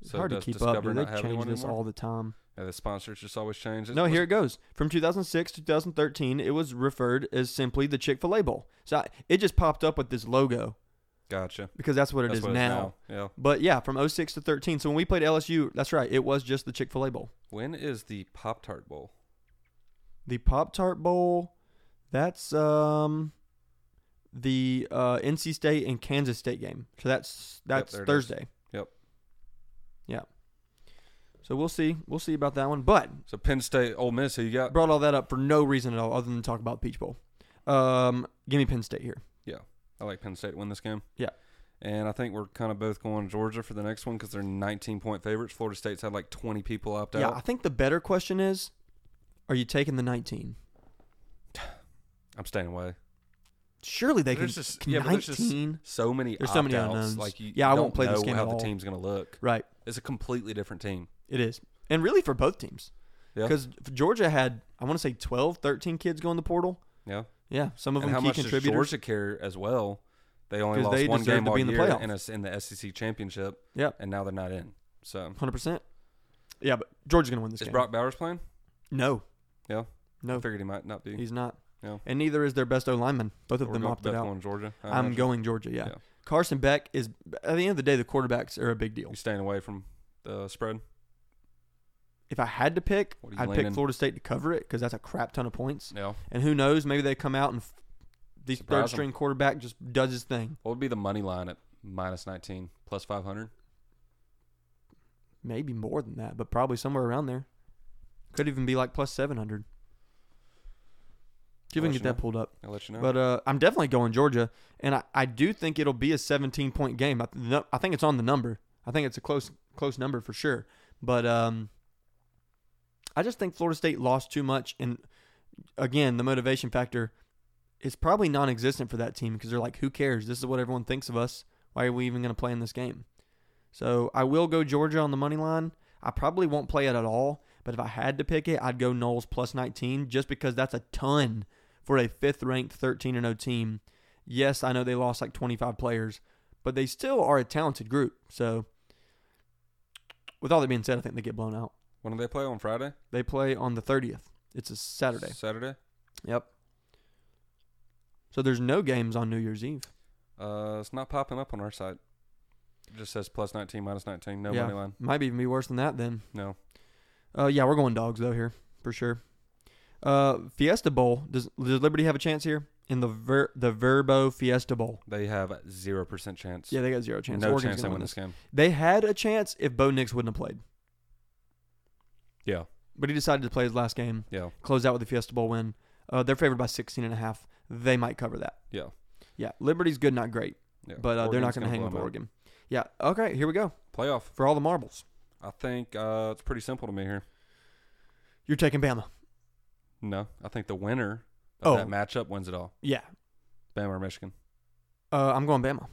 [SPEAKER 2] It's
[SPEAKER 1] So
[SPEAKER 2] hard to
[SPEAKER 1] does
[SPEAKER 2] keep up.
[SPEAKER 1] Discover
[SPEAKER 2] Dude. They
[SPEAKER 1] not have
[SPEAKER 2] change
[SPEAKER 1] anyone
[SPEAKER 2] this
[SPEAKER 1] anymore?
[SPEAKER 2] all the time.
[SPEAKER 1] Yeah, the sponsors just always change. It
[SPEAKER 2] no,
[SPEAKER 1] was-
[SPEAKER 2] here it goes. From 2006 to 2013, it was referred as simply the Chick Fil A Bowl. So I, it just popped up with this logo
[SPEAKER 1] Gotcha.
[SPEAKER 2] because that's what it
[SPEAKER 1] That's
[SPEAKER 2] is
[SPEAKER 1] what it's
[SPEAKER 2] now.
[SPEAKER 1] Yeah.
[SPEAKER 2] But yeah, from 06 to 13. So when we played LSU, that's right. It was just the Chick Fil A Bowl.
[SPEAKER 1] When is the Pop Tart Bowl?
[SPEAKER 2] The Pop Tart Bowl. That's um the uh, NC State and Kansas State game. So that's that's
[SPEAKER 1] there it is.
[SPEAKER 2] Thursday.
[SPEAKER 1] Yep.
[SPEAKER 2] Yeah. So we'll see. We'll see about that one. But
[SPEAKER 1] So Penn State, Ole Miss, who you
[SPEAKER 2] I
[SPEAKER 1] got?
[SPEAKER 2] brought all that up for no reason at all, other than to talk about the Peach Bowl. Um, give me Penn State here.
[SPEAKER 1] I like Penn State to win this game.
[SPEAKER 2] Yeah.
[SPEAKER 1] And I think we're kind of both going Georgia for the next one because they're 19 point favorites. Florida State's had like 20 people opt
[SPEAKER 2] Yeah, I
[SPEAKER 1] out.
[SPEAKER 2] think the better question is, are you taking the 19?
[SPEAKER 1] I'm staying away.
[SPEAKER 2] Surely they
[SPEAKER 1] There's
[SPEAKER 2] can.
[SPEAKER 1] just-
[SPEAKER 2] can
[SPEAKER 1] yeah, but there's just-
[SPEAKER 2] 19.
[SPEAKER 1] So many
[SPEAKER 2] There's
[SPEAKER 1] opt
[SPEAKER 2] so many
[SPEAKER 1] outs.
[SPEAKER 2] unknowns.
[SPEAKER 1] Like you
[SPEAKER 2] Yeah, I
[SPEAKER 1] don't
[SPEAKER 2] won't play
[SPEAKER 1] know
[SPEAKER 2] this game
[SPEAKER 1] how
[SPEAKER 2] at
[SPEAKER 1] the
[SPEAKER 2] all.
[SPEAKER 1] team's going to look.
[SPEAKER 2] right.
[SPEAKER 1] It's a completely different team.
[SPEAKER 2] It is, and really for both teams,
[SPEAKER 1] Yeah.
[SPEAKER 2] because Georgia had I want to say 12, 13 kids go in the portal.
[SPEAKER 1] Yeah.
[SPEAKER 2] Yeah, some of
[SPEAKER 1] and how
[SPEAKER 2] them key
[SPEAKER 1] much does
[SPEAKER 2] contributors.
[SPEAKER 1] Georgia care as well? They only
[SPEAKER 2] 'Cause
[SPEAKER 1] lost
[SPEAKER 2] they
[SPEAKER 1] one
[SPEAKER 2] deserve
[SPEAKER 1] game
[SPEAKER 2] to
[SPEAKER 1] all
[SPEAKER 2] be in the
[SPEAKER 1] year
[SPEAKER 2] playoffs.
[SPEAKER 1] and it's in the SEC championship.
[SPEAKER 2] Yep.
[SPEAKER 1] And now they're not in. So
[SPEAKER 2] Hundred percent. Yeah, but Georgia's gonna win this
[SPEAKER 1] is
[SPEAKER 2] game.
[SPEAKER 1] Brock Bowers playing?
[SPEAKER 2] no,
[SPEAKER 1] I
[SPEAKER 2] no,
[SPEAKER 1] figured he might not be.
[SPEAKER 2] he's not.
[SPEAKER 1] Yeah.
[SPEAKER 2] And neither is their best O lineman. Both of
[SPEAKER 1] We're
[SPEAKER 2] them
[SPEAKER 1] going
[SPEAKER 2] opted
[SPEAKER 1] Beth
[SPEAKER 2] out.
[SPEAKER 1] Moore in Georgia. I
[SPEAKER 2] I'm
[SPEAKER 1] imagine.
[SPEAKER 2] going Georgia. Yeah.
[SPEAKER 1] Oh, Yeah.
[SPEAKER 2] Carson Beck is at the end of the day the quarterbacks are a big deal.
[SPEAKER 1] You staying away from the spread?
[SPEAKER 2] If I had to pick,
[SPEAKER 1] What are you
[SPEAKER 2] I'd
[SPEAKER 1] leaning?
[SPEAKER 2] pick Florida State to cover it because that's a crap ton of points.
[SPEAKER 1] No.
[SPEAKER 2] And who knows, maybe they come out and f- the
[SPEAKER 1] Surprise 'em.
[SPEAKER 2] third string quarterback just does his thing.
[SPEAKER 1] What would be the money line at minus 19 plus 500?
[SPEAKER 2] Maybe more than that, but probably somewhere around there. Could even be like plus seven hundred. See if
[SPEAKER 1] I'll
[SPEAKER 2] we can
[SPEAKER 1] let
[SPEAKER 2] get
[SPEAKER 1] you
[SPEAKER 2] that
[SPEAKER 1] know.
[SPEAKER 2] pulled up.
[SPEAKER 1] I'll let you know.
[SPEAKER 2] But uh, I'm definitely going Georgia, and I, I do think it'll be a 17 point game. I, th- no, I think it's on the number. I think it's a close close number for sure. But um, I just think Florida State lost too much, and again, the motivation factor is probably non-existent for that team because they're like, who cares? This is what everyone thinks of us. Why are we even going to play in this game? So I will go Georgia on the money line. I probably won't play it at all, but if I had to pick it, I'd go Knowles plus 19 just because that's a ton for a fifth ranked 13 and 0 team. Yes, I know they lost like 25 players, but they still are a talented group. So, with all that being said, I think they get blown out.
[SPEAKER 1] when do they play on Friday?
[SPEAKER 2] They play on the 30th. It's a Saturday.
[SPEAKER 1] Saturday.
[SPEAKER 2] Yep. So there's no games on New Year's Eve.
[SPEAKER 1] Uh, it's not popping up on our site. It just says plus 19, minus 19. No
[SPEAKER 2] Yeah.
[SPEAKER 1] money line.
[SPEAKER 2] Might even be worse than that then.
[SPEAKER 1] No.
[SPEAKER 2] Uh, yeah, we're going dogs though here for sure. Uh, Fiesta Bowl. Does, does Liberty have a chance here in the ver- the Verbo Fiesta Bowl?
[SPEAKER 1] They have 0% chance.
[SPEAKER 2] Yeah, they got zero chance.
[SPEAKER 1] no
[SPEAKER 2] Oregon's
[SPEAKER 1] chance they
[SPEAKER 2] gonna
[SPEAKER 1] win this game.
[SPEAKER 2] They had a chance if Bo Nix wouldn't have played,
[SPEAKER 1] Yeah.
[SPEAKER 2] but he decided to play his last game,
[SPEAKER 1] Yeah.
[SPEAKER 2] close out with a Fiesta Bowl win. Uh, they're favored by 16 and a half. They might cover that.
[SPEAKER 1] Yeah.
[SPEAKER 2] Yeah, Liberty's good, not great.
[SPEAKER 1] Yeah.
[SPEAKER 2] but uh, they're not
[SPEAKER 1] Oregon's
[SPEAKER 2] going to hang
[SPEAKER 1] blow
[SPEAKER 2] with
[SPEAKER 1] 'em out.
[SPEAKER 2] Oregon. Yeah. Okay. Here we go
[SPEAKER 1] Playoff.
[SPEAKER 2] for all the marbles.
[SPEAKER 1] I think uh, it's pretty simple to me here.
[SPEAKER 2] You're taking Bama.
[SPEAKER 1] No, I think the winner of that
[SPEAKER 2] Oh.
[SPEAKER 1] matchup wins it all.
[SPEAKER 2] Yeah.
[SPEAKER 1] Bama or Michigan.
[SPEAKER 2] Uh, I'm going Bama.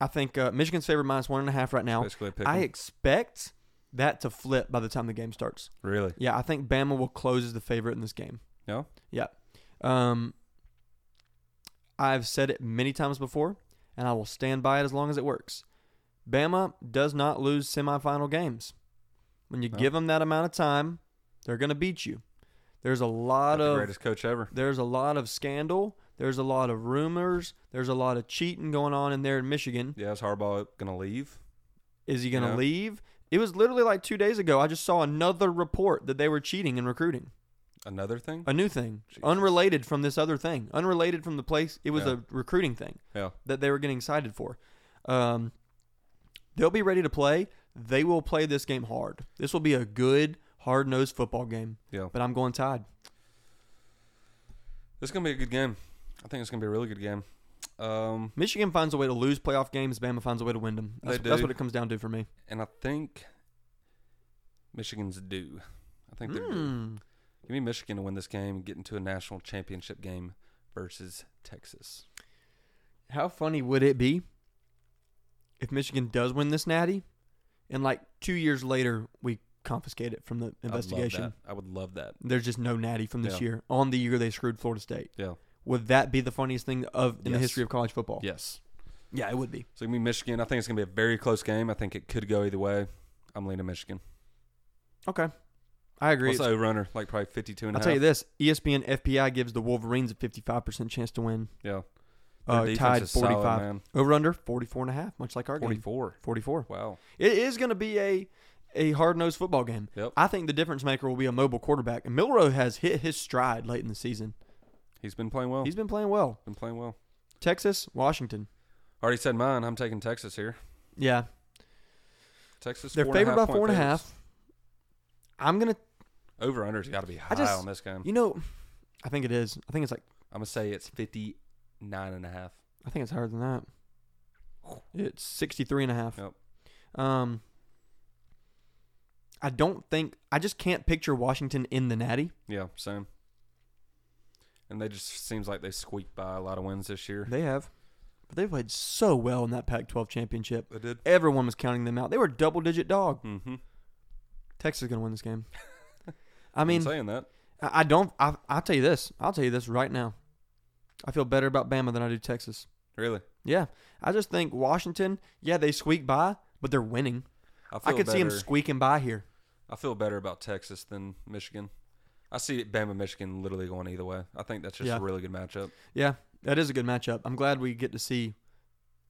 [SPEAKER 2] I think uh, Michigan's favored minus one and a half right now.
[SPEAKER 1] Basically, a pick 'em.
[SPEAKER 2] I expect that to flip by the time the game starts.
[SPEAKER 1] really.
[SPEAKER 2] Yeah, I think Bama will close as the favorite in this game.
[SPEAKER 1] Yeah?
[SPEAKER 2] Yeah. Um, I've said it many times before, and I will stand by it as long as it works. Bama does not lose semifinal games. When you
[SPEAKER 1] No.
[SPEAKER 2] give them that amount of time, they're going to beat you. There's a lot
[SPEAKER 1] Got the
[SPEAKER 2] of
[SPEAKER 1] greatest coach ever.
[SPEAKER 2] there's a lot of scandal. There's a lot of rumors. There's a lot of cheating going on in there in Michigan.
[SPEAKER 1] Yeah, is Harbaugh gonna leave?
[SPEAKER 2] Is he going to
[SPEAKER 1] Yeah.
[SPEAKER 2] leave? It was literally like two days ago. I just saw another report that they were cheating in recruiting.
[SPEAKER 1] Another thing?
[SPEAKER 2] A new thing,
[SPEAKER 1] Jesus.
[SPEAKER 2] unrelated from this other thing, unrelated from the place. It was
[SPEAKER 1] Yeah.
[SPEAKER 2] a recruiting thing
[SPEAKER 1] Yeah.
[SPEAKER 2] that they were getting cited for. Um, they'll be ready to play. They will play this game hard. This will be a good, hard nosed football game.
[SPEAKER 1] Yeah.
[SPEAKER 2] But I'm going tied.
[SPEAKER 1] This is gonna be a good game. I think it's gonna be a really good game. Um,
[SPEAKER 2] Michigan finds a way to lose playoff games. Bama finds a way to win them. That's,
[SPEAKER 1] They
[SPEAKER 2] that's
[SPEAKER 1] do.
[SPEAKER 2] what it comes down to for me.
[SPEAKER 1] and I think Michigan's due. I think they're due.
[SPEAKER 2] Mm.
[SPEAKER 1] Give me Michigan to win this game and get into a national championship game versus Texas.
[SPEAKER 2] How funny would it be if Michigan does win this natty and like two years later we confiscate it from the investigation?
[SPEAKER 1] I would love that. I would love that.
[SPEAKER 2] There's just no natty from this
[SPEAKER 1] Yeah.
[SPEAKER 2] year on the year they screwed Florida State.
[SPEAKER 1] Yeah.
[SPEAKER 2] Would that be the funniest thing of in the
[SPEAKER 1] Yes.
[SPEAKER 2] history of college football?
[SPEAKER 1] Yes.
[SPEAKER 2] Yeah, it would be.
[SPEAKER 1] So give me Michigan. I think it's gonna be a very close game. I think it could go either way. I'm leaning Michigan.
[SPEAKER 2] Okay. I agree.
[SPEAKER 1] What's the over runner? Like probably 52 and a
[SPEAKER 2] I'll
[SPEAKER 1] half.
[SPEAKER 2] tell you this E ESPN FPI gives the Wolverines a 55% chance to win.
[SPEAKER 1] Yeah. Their
[SPEAKER 2] Uh,
[SPEAKER 1] defense
[SPEAKER 2] tied
[SPEAKER 1] is solid,
[SPEAKER 2] 45.
[SPEAKER 1] man.
[SPEAKER 2] Over under 44 and a half, much like our game.
[SPEAKER 1] 44.
[SPEAKER 2] 44.
[SPEAKER 1] Wow.
[SPEAKER 2] It is going to be a a hard nosed football game.
[SPEAKER 1] Yep.
[SPEAKER 2] I think the difference maker will be a mobile quarterback. And Milrow has hit his stride late in the season.
[SPEAKER 1] He's been playing well.
[SPEAKER 2] He's
[SPEAKER 1] He's
[SPEAKER 2] been playing well.
[SPEAKER 1] been playing well.
[SPEAKER 2] Texas, Washington.
[SPEAKER 1] Already said mine. I'm taking Texas here.
[SPEAKER 2] Yeah.
[SPEAKER 1] Texas.
[SPEAKER 2] They're
[SPEAKER 1] four and a
[SPEAKER 2] favored by
[SPEAKER 1] half point
[SPEAKER 2] four and a
[SPEAKER 1] favorites.
[SPEAKER 2] half. I'm going to,
[SPEAKER 1] Over under's got to be high
[SPEAKER 2] just-
[SPEAKER 1] on this game.
[SPEAKER 2] you know, I think it is. I think it's like,
[SPEAKER 1] I'm gonna say it's 59 and a half.
[SPEAKER 2] I think it's higher than that. It's 63 and a half.
[SPEAKER 1] Yep.
[SPEAKER 2] Um, I don't think, I just can't picture Washington in the natty.
[SPEAKER 1] Yeah, same. And they just seems like they squeaked by a lot of wins this year.
[SPEAKER 2] They have. But they played so well in that Pac 12 championship.
[SPEAKER 1] They did.
[SPEAKER 2] Everyone was counting them out. They were double digit dog.
[SPEAKER 1] Mm-hmm.
[SPEAKER 2] Texas is going to win this game. I mean, I
[SPEAKER 1] saying that.
[SPEAKER 2] I don't. I, I'll tell you this. I'll tell you this right now. I feel better about Bama than I do Texas.
[SPEAKER 1] Really,
[SPEAKER 2] Yeah. I just think Washington, yeah, they squeak by, but they're winning.
[SPEAKER 1] I feel
[SPEAKER 2] I could see them
[SPEAKER 1] better-
[SPEAKER 2] squeaking by here.
[SPEAKER 1] I feel better about Texas than Michigan. I see Bama Michigan literally going either way. I think that's just
[SPEAKER 2] Yeah.
[SPEAKER 1] a really good matchup.
[SPEAKER 2] Yeah, that is a good matchup. I'm glad we get to see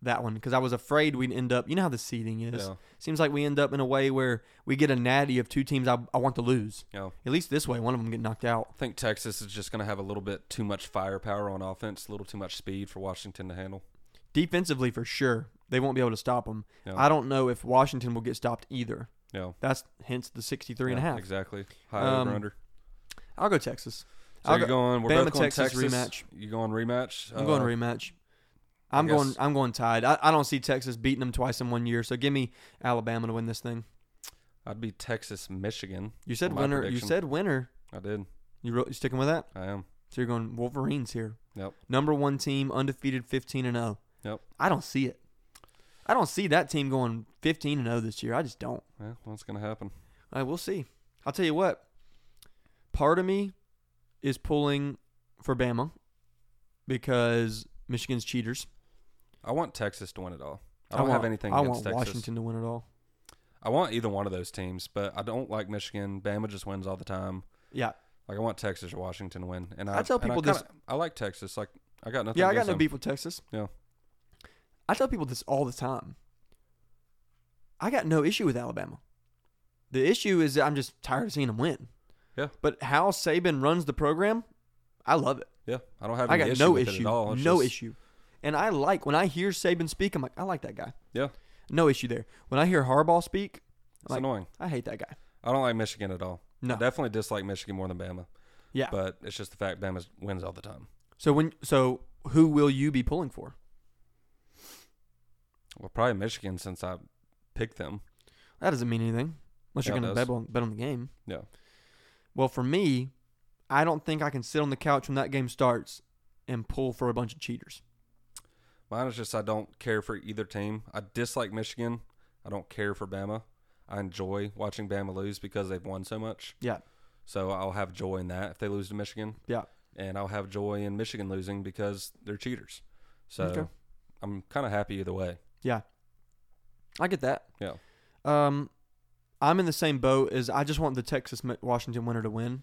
[SPEAKER 2] that one because I was afraid we'd end up. You know how the seeding is.
[SPEAKER 1] Yeah.
[SPEAKER 2] Seems like we end up in a way where we get a natty of two teams I, I want to lose.
[SPEAKER 1] Yeah.
[SPEAKER 2] At least this way, one of them get knocked out.
[SPEAKER 1] I think Texas is just going to have a little bit too much firepower on offense, a little too much speed for Washington to handle.
[SPEAKER 2] defensively for sure they won't be able to stop them
[SPEAKER 1] Yeah.
[SPEAKER 2] i don't know if washington will get stopped either
[SPEAKER 1] Yeah.
[SPEAKER 2] that's hence the 63 and a
[SPEAKER 1] Yeah,
[SPEAKER 2] half
[SPEAKER 1] Exactly. High
[SPEAKER 2] Um,
[SPEAKER 1] over under.
[SPEAKER 2] i'll go texas
[SPEAKER 1] So
[SPEAKER 2] I'll
[SPEAKER 1] you're
[SPEAKER 2] go-
[SPEAKER 1] going. We're
[SPEAKER 2] Bama,
[SPEAKER 1] both going
[SPEAKER 2] Texas
[SPEAKER 1] Texas,
[SPEAKER 2] rematch.
[SPEAKER 1] You going rematch?
[SPEAKER 2] i'm going
[SPEAKER 1] Uh,
[SPEAKER 2] rematch i'm
[SPEAKER 1] guess-
[SPEAKER 2] going i'm going tied I, I don't see texas beating them twice in one year so give me alabama to win this thing
[SPEAKER 1] I'd be Texas Michigan.
[SPEAKER 2] you said
[SPEAKER 1] My
[SPEAKER 2] winner you
[SPEAKER 1] prediction.
[SPEAKER 2] said winner
[SPEAKER 1] I did.
[SPEAKER 2] you, re- you sticking with that
[SPEAKER 1] I am.
[SPEAKER 2] so you're going wolverines here
[SPEAKER 1] Yep.
[SPEAKER 2] number one team undefeated 15 and 0
[SPEAKER 1] Yep.
[SPEAKER 2] i don't see it i don't see that team going 15 and 0 this year i just don't
[SPEAKER 1] Yeah, what's going to happen?
[SPEAKER 2] I we'll see. I'll tell you what. Part of me is pulling for Bama because Michigan's cheaters.
[SPEAKER 1] I want Texas to win it all. I don't
[SPEAKER 2] want,
[SPEAKER 1] have anything
[SPEAKER 2] I
[SPEAKER 1] against
[SPEAKER 2] want
[SPEAKER 1] Texas.
[SPEAKER 2] Washington to win it all.
[SPEAKER 1] I want either one of those teams, but I don't like Michigan. Bama just wins all the time.
[SPEAKER 2] Yeah,
[SPEAKER 1] Like I want Texas or Washington to win. And
[SPEAKER 2] I
[SPEAKER 1] I,
[SPEAKER 2] tell
[SPEAKER 1] and
[SPEAKER 2] people
[SPEAKER 1] I
[SPEAKER 2] this-
[SPEAKER 1] kinda- I like Texas. Like I got nothing.
[SPEAKER 2] yeah. I got
[SPEAKER 1] against
[SPEAKER 2] no
[SPEAKER 1] them.
[SPEAKER 2] beef with Texas.
[SPEAKER 1] Yeah.
[SPEAKER 2] I tell people this all the time. I got no issue with Alabama. The issue is that I'm just tired of seeing them win.
[SPEAKER 1] Yeah.
[SPEAKER 2] But how Saban runs the program, I love it.
[SPEAKER 1] Yeah, I don't have.
[SPEAKER 2] I
[SPEAKER 1] Any
[SPEAKER 2] got
[SPEAKER 1] issue
[SPEAKER 2] no
[SPEAKER 1] with
[SPEAKER 2] issue.
[SPEAKER 1] It at all. It's
[SPEAKER 2] no
[SPEAKER 1] just-
[SPEAKER 2] issue. And I like when I hear Saban speak. I'm like, I like that guy.
[SPEAKER 1] Yeah,
[SPEAKER 2] No issue there. When I hear Harbaugh speak,
[SPEAKER 1] it's
[SPEAKER 2] Like-
[SPEAKER 1] annoying.
[SPEAKER 2] I hate that guy.
[SPEAKER 1] I don't like Michigan at all.
[SPEAKER 2] No.
[SPEAKER 1] I definitely dislike Michigan more than Bama.
[SPEAKER 2] Yeah.
[SPEAKER 1] But it's just the fact Bama wins all the time.
[SPEAKER 2] So when so who will you be pulling for?
[SPEAKER 1] Well, probably Michigan since I picked them.
[SPEAKER 2] That doesn't mean anything unless you're
[SPEAKER 1] Yeah, it
[SPEAKER 2] going to
[SPEAKER 1] does.
[SPEAKER 2] bet on, bet on the game.
[SPEAKER 1] Yeah.
[SPEAKER 2] Well, for me, I don't think I can sit on the couch when that game starts and pull for a bunch of cheaters.
[SPEAKER 1] Mine is just I don't care for either team. I dislike Michigan. I don't care for Bama. I enjoy watching Bama lose because they've won so much.
[SPEAKER 2] Yeah.
[SPEAKER 1] So I'll have joy in that if they lose to Michigan.
[SPEAKER 2] Yeah.
[SPEAKER 1] And I'll have joy in Michigan losing because they're cheaters. So
[SPEAKER 2] Okay.
[SPEAKER 1] I'm kind of happy either way.
[SPEAKER 2] I get that.
[SPEAKER 1] Yeah.
[SPEAKER 2] Um, I'm in the same boat as I just want the Texas Mi- Washington winner to win,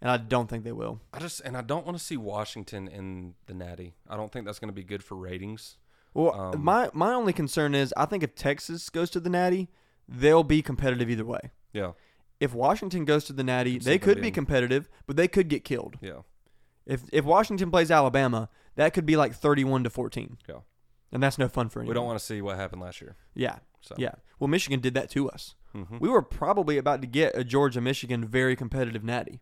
[SPEAKER 2] and I don't think they will.
[SPEAKER 1] I just and I don't want to see Washington in the Natty. I don't think that's going to be good for ratings.
[SPEAKER 2] Well,
[SPEAKER 1] Um,
[SPEAKER 2] my my only concern is I think if Texas goes to the Natty, they'll be competitive either way.
[SPEAKER 1] Yeah.
[SPEAKER 2] If Washington goes to the Natty,
[SPEAKER 1] Could see
[SPEAKER 2] they
[SPEAKER 1] them
[SPEAKER 2] could be
[SPEAKER 1] being-
[SPEAKER 2] competitive, but they could get killed.
[SPEAKER 1] Yeah.
[SPEAKER 2] If if Washington plays Alabama, that could be like 31 to 14.
[SPEAKER 1] Yeah.
[SPEAKER 2] And that's no fun for anyone.
[SPEAKER 1] We don't want to see what happened last year.
[SPEAKER 2] Yeah.
[SPEAKER 1] So
[SPEAKER 2] Yeah. Well, Michigan did that to us.
[SPEAKER 1] hmm
[SPEAKER 2] We were probably about to get a Georgia Michigan very competitive Natty.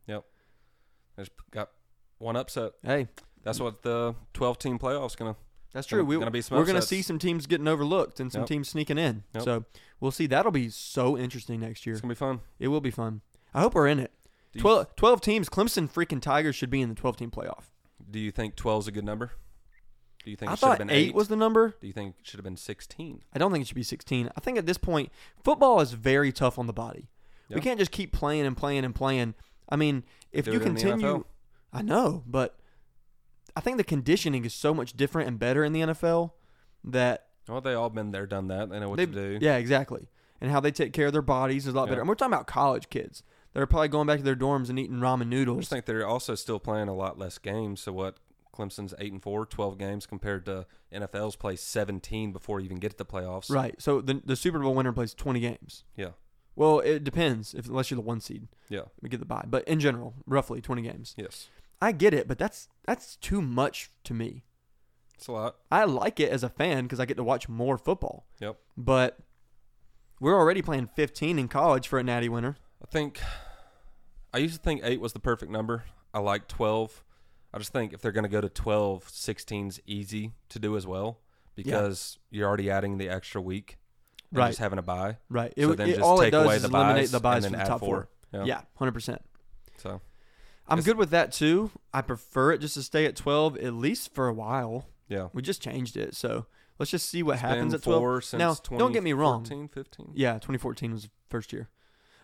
[SPEAKER 1] There's got one upset.
[SPEAKER 2] Hey,
[SPEAKER 1] That's what the 12 team playoffs going to
[SPEAKER 2] that's
[SPEAKER 1] Gonna-
[SPEAKER 2] true. We,
[SPEAKER 1] gonna be some
[SPEAKER 2] we're going to
[SPEAKER 1] upsets.
[SPEAKER 2] see some teams getting overlooked and some
[SPEAKER 1] Yep.
[SPEAKER 2] teams sneaking in.
[SPEAKER 1] Yep.
[SPEAKER 2] So we'll see. That'll be so interesting next year.
[SPEAKER 1] It's going to be fun.
[SPEAKER 2] It will be fun. I hope we're in it.
[SPEAKER 1] Do you-
[SPEAKER 2] 12, 12 teams. Clemson freaking Tigers should be in the 12 team playoff.
[SPEAKER 1] Do you think 12 is a good number? Do you think
[SPEAKER 2] I
[SPEAKER 1] it should have
[SPEAKER 2] thought
[SPEAKER 1] been
[SPEAKER 2] 8 was the number.
[SPEAKER 1] Do you think it should have been 16?
[SPEAKER 2] I don't think it should be 16. I think at this point, football is very tough on the body.
[SPEAKER 1] Yeah.
[SPEAKER 2] We can't just keep playing and playing and playing. I mean, if
[SPEAKER 1] Do
[SPEAKER 2] you
[SPEAKER 1] it in the
[SPEAKER 2] continue,
[SPEAKER 1] NFL.
[SPEAKER 2] I know, but I think the conditioning is so much different and better in the NFL that
[SPEAKER 1] Well, they all been there, done that. They know what
[SPEAKER 2] they,
[SPEAKER 1] to do.
[SPEAKER 2] yeah, exactly, and how they take care of their bodies is a lot
[SPEAKER 1] Yeah.
[SPEAKER 2] better. And we're talking about college kids that are probably going back to their dorms and eating ramen
[SPEAKER 1] I
[SPEAKER 2] noodles.
[SPEAKER 1] just think they're also still playing a lot less games. So what? Clemson's eight and four, 12 games compared to NFL's play 17 before you even get to the playoffs.
[SPEAKER 2] Right. So the the Super Bowl winner plays 20 games.
[SPEAKER 1] Yeah.
[SPEAKER 2] Well, it depends if unless you're the one seed,
[SPEAKER 1] Yeah.
[SPEAKER 2] we get the bye. But in general, roughly 20 games.
[SPEAKER 1] Yes.
[SPEAKER 2] I get it, but that's that's too much to me.
[SPEAKER 1] It's a lot.
[SPEAKER 2] I like it as a fan because I get to watch more football.
[SPEAKER 1] Yep.
[SPEAKER 2] But we're already playing 15 in college for a natty winner.
[SPEAKER 1] I think I used to think eight was the perfect number. I like 12. I just think if they're going to go to 12, 16's easy to do as well because you're already adding the extra week and
[SPEAKER 2] Right.
[SPEAKER 1] just having a buy.
[SPEAKER 2] Right. It,
[SPEAKER 1] So
[SPEAKER 2] would-
[SPEAKER 1] then
[SPEAKER 2] it-
[SPEAKER 1] just
[SPEAKER 2] all it
[SPEAKER 1] take
[SPEAKER 2] does
[SPEAKER 1] away
[SPEAKER 2] is
[SPEAKER 1] the
[SPEAKER 2] eliminate
[SPEAKER 1] buys
[SPEAKER 2] the buys
[SPEAKER 1] and
[SPEAKER 2] from
[SPEAKER 1] then
[SPEAKER 2] the
[SPEAKER 1] add
[SPEAKER 2] top four.
[SPEAKER 1] four. Yeah.
[SPEAKER 2] Yeah, 100%.
[SPEAKER 1] So
[SPEAKER 2] I'm
[SPEAKER 1] It's-
[SPEAKER 2] good with that too. I prefer it just to stay at 12 at least for a while.
[SPEAKER 1] yeah,
[SPEAKER 2] We just changed it, so let's just see what happens
[SPEAKER 1] Been
[SPEAKER 2] at 12.
[SPEAKER 1] four since
[SPEAKER 2] Now, don't get me wrong.
[SPEAKER 1] 2014, 15?
[SPEAKER 2] Yeah, 2014 was the first year.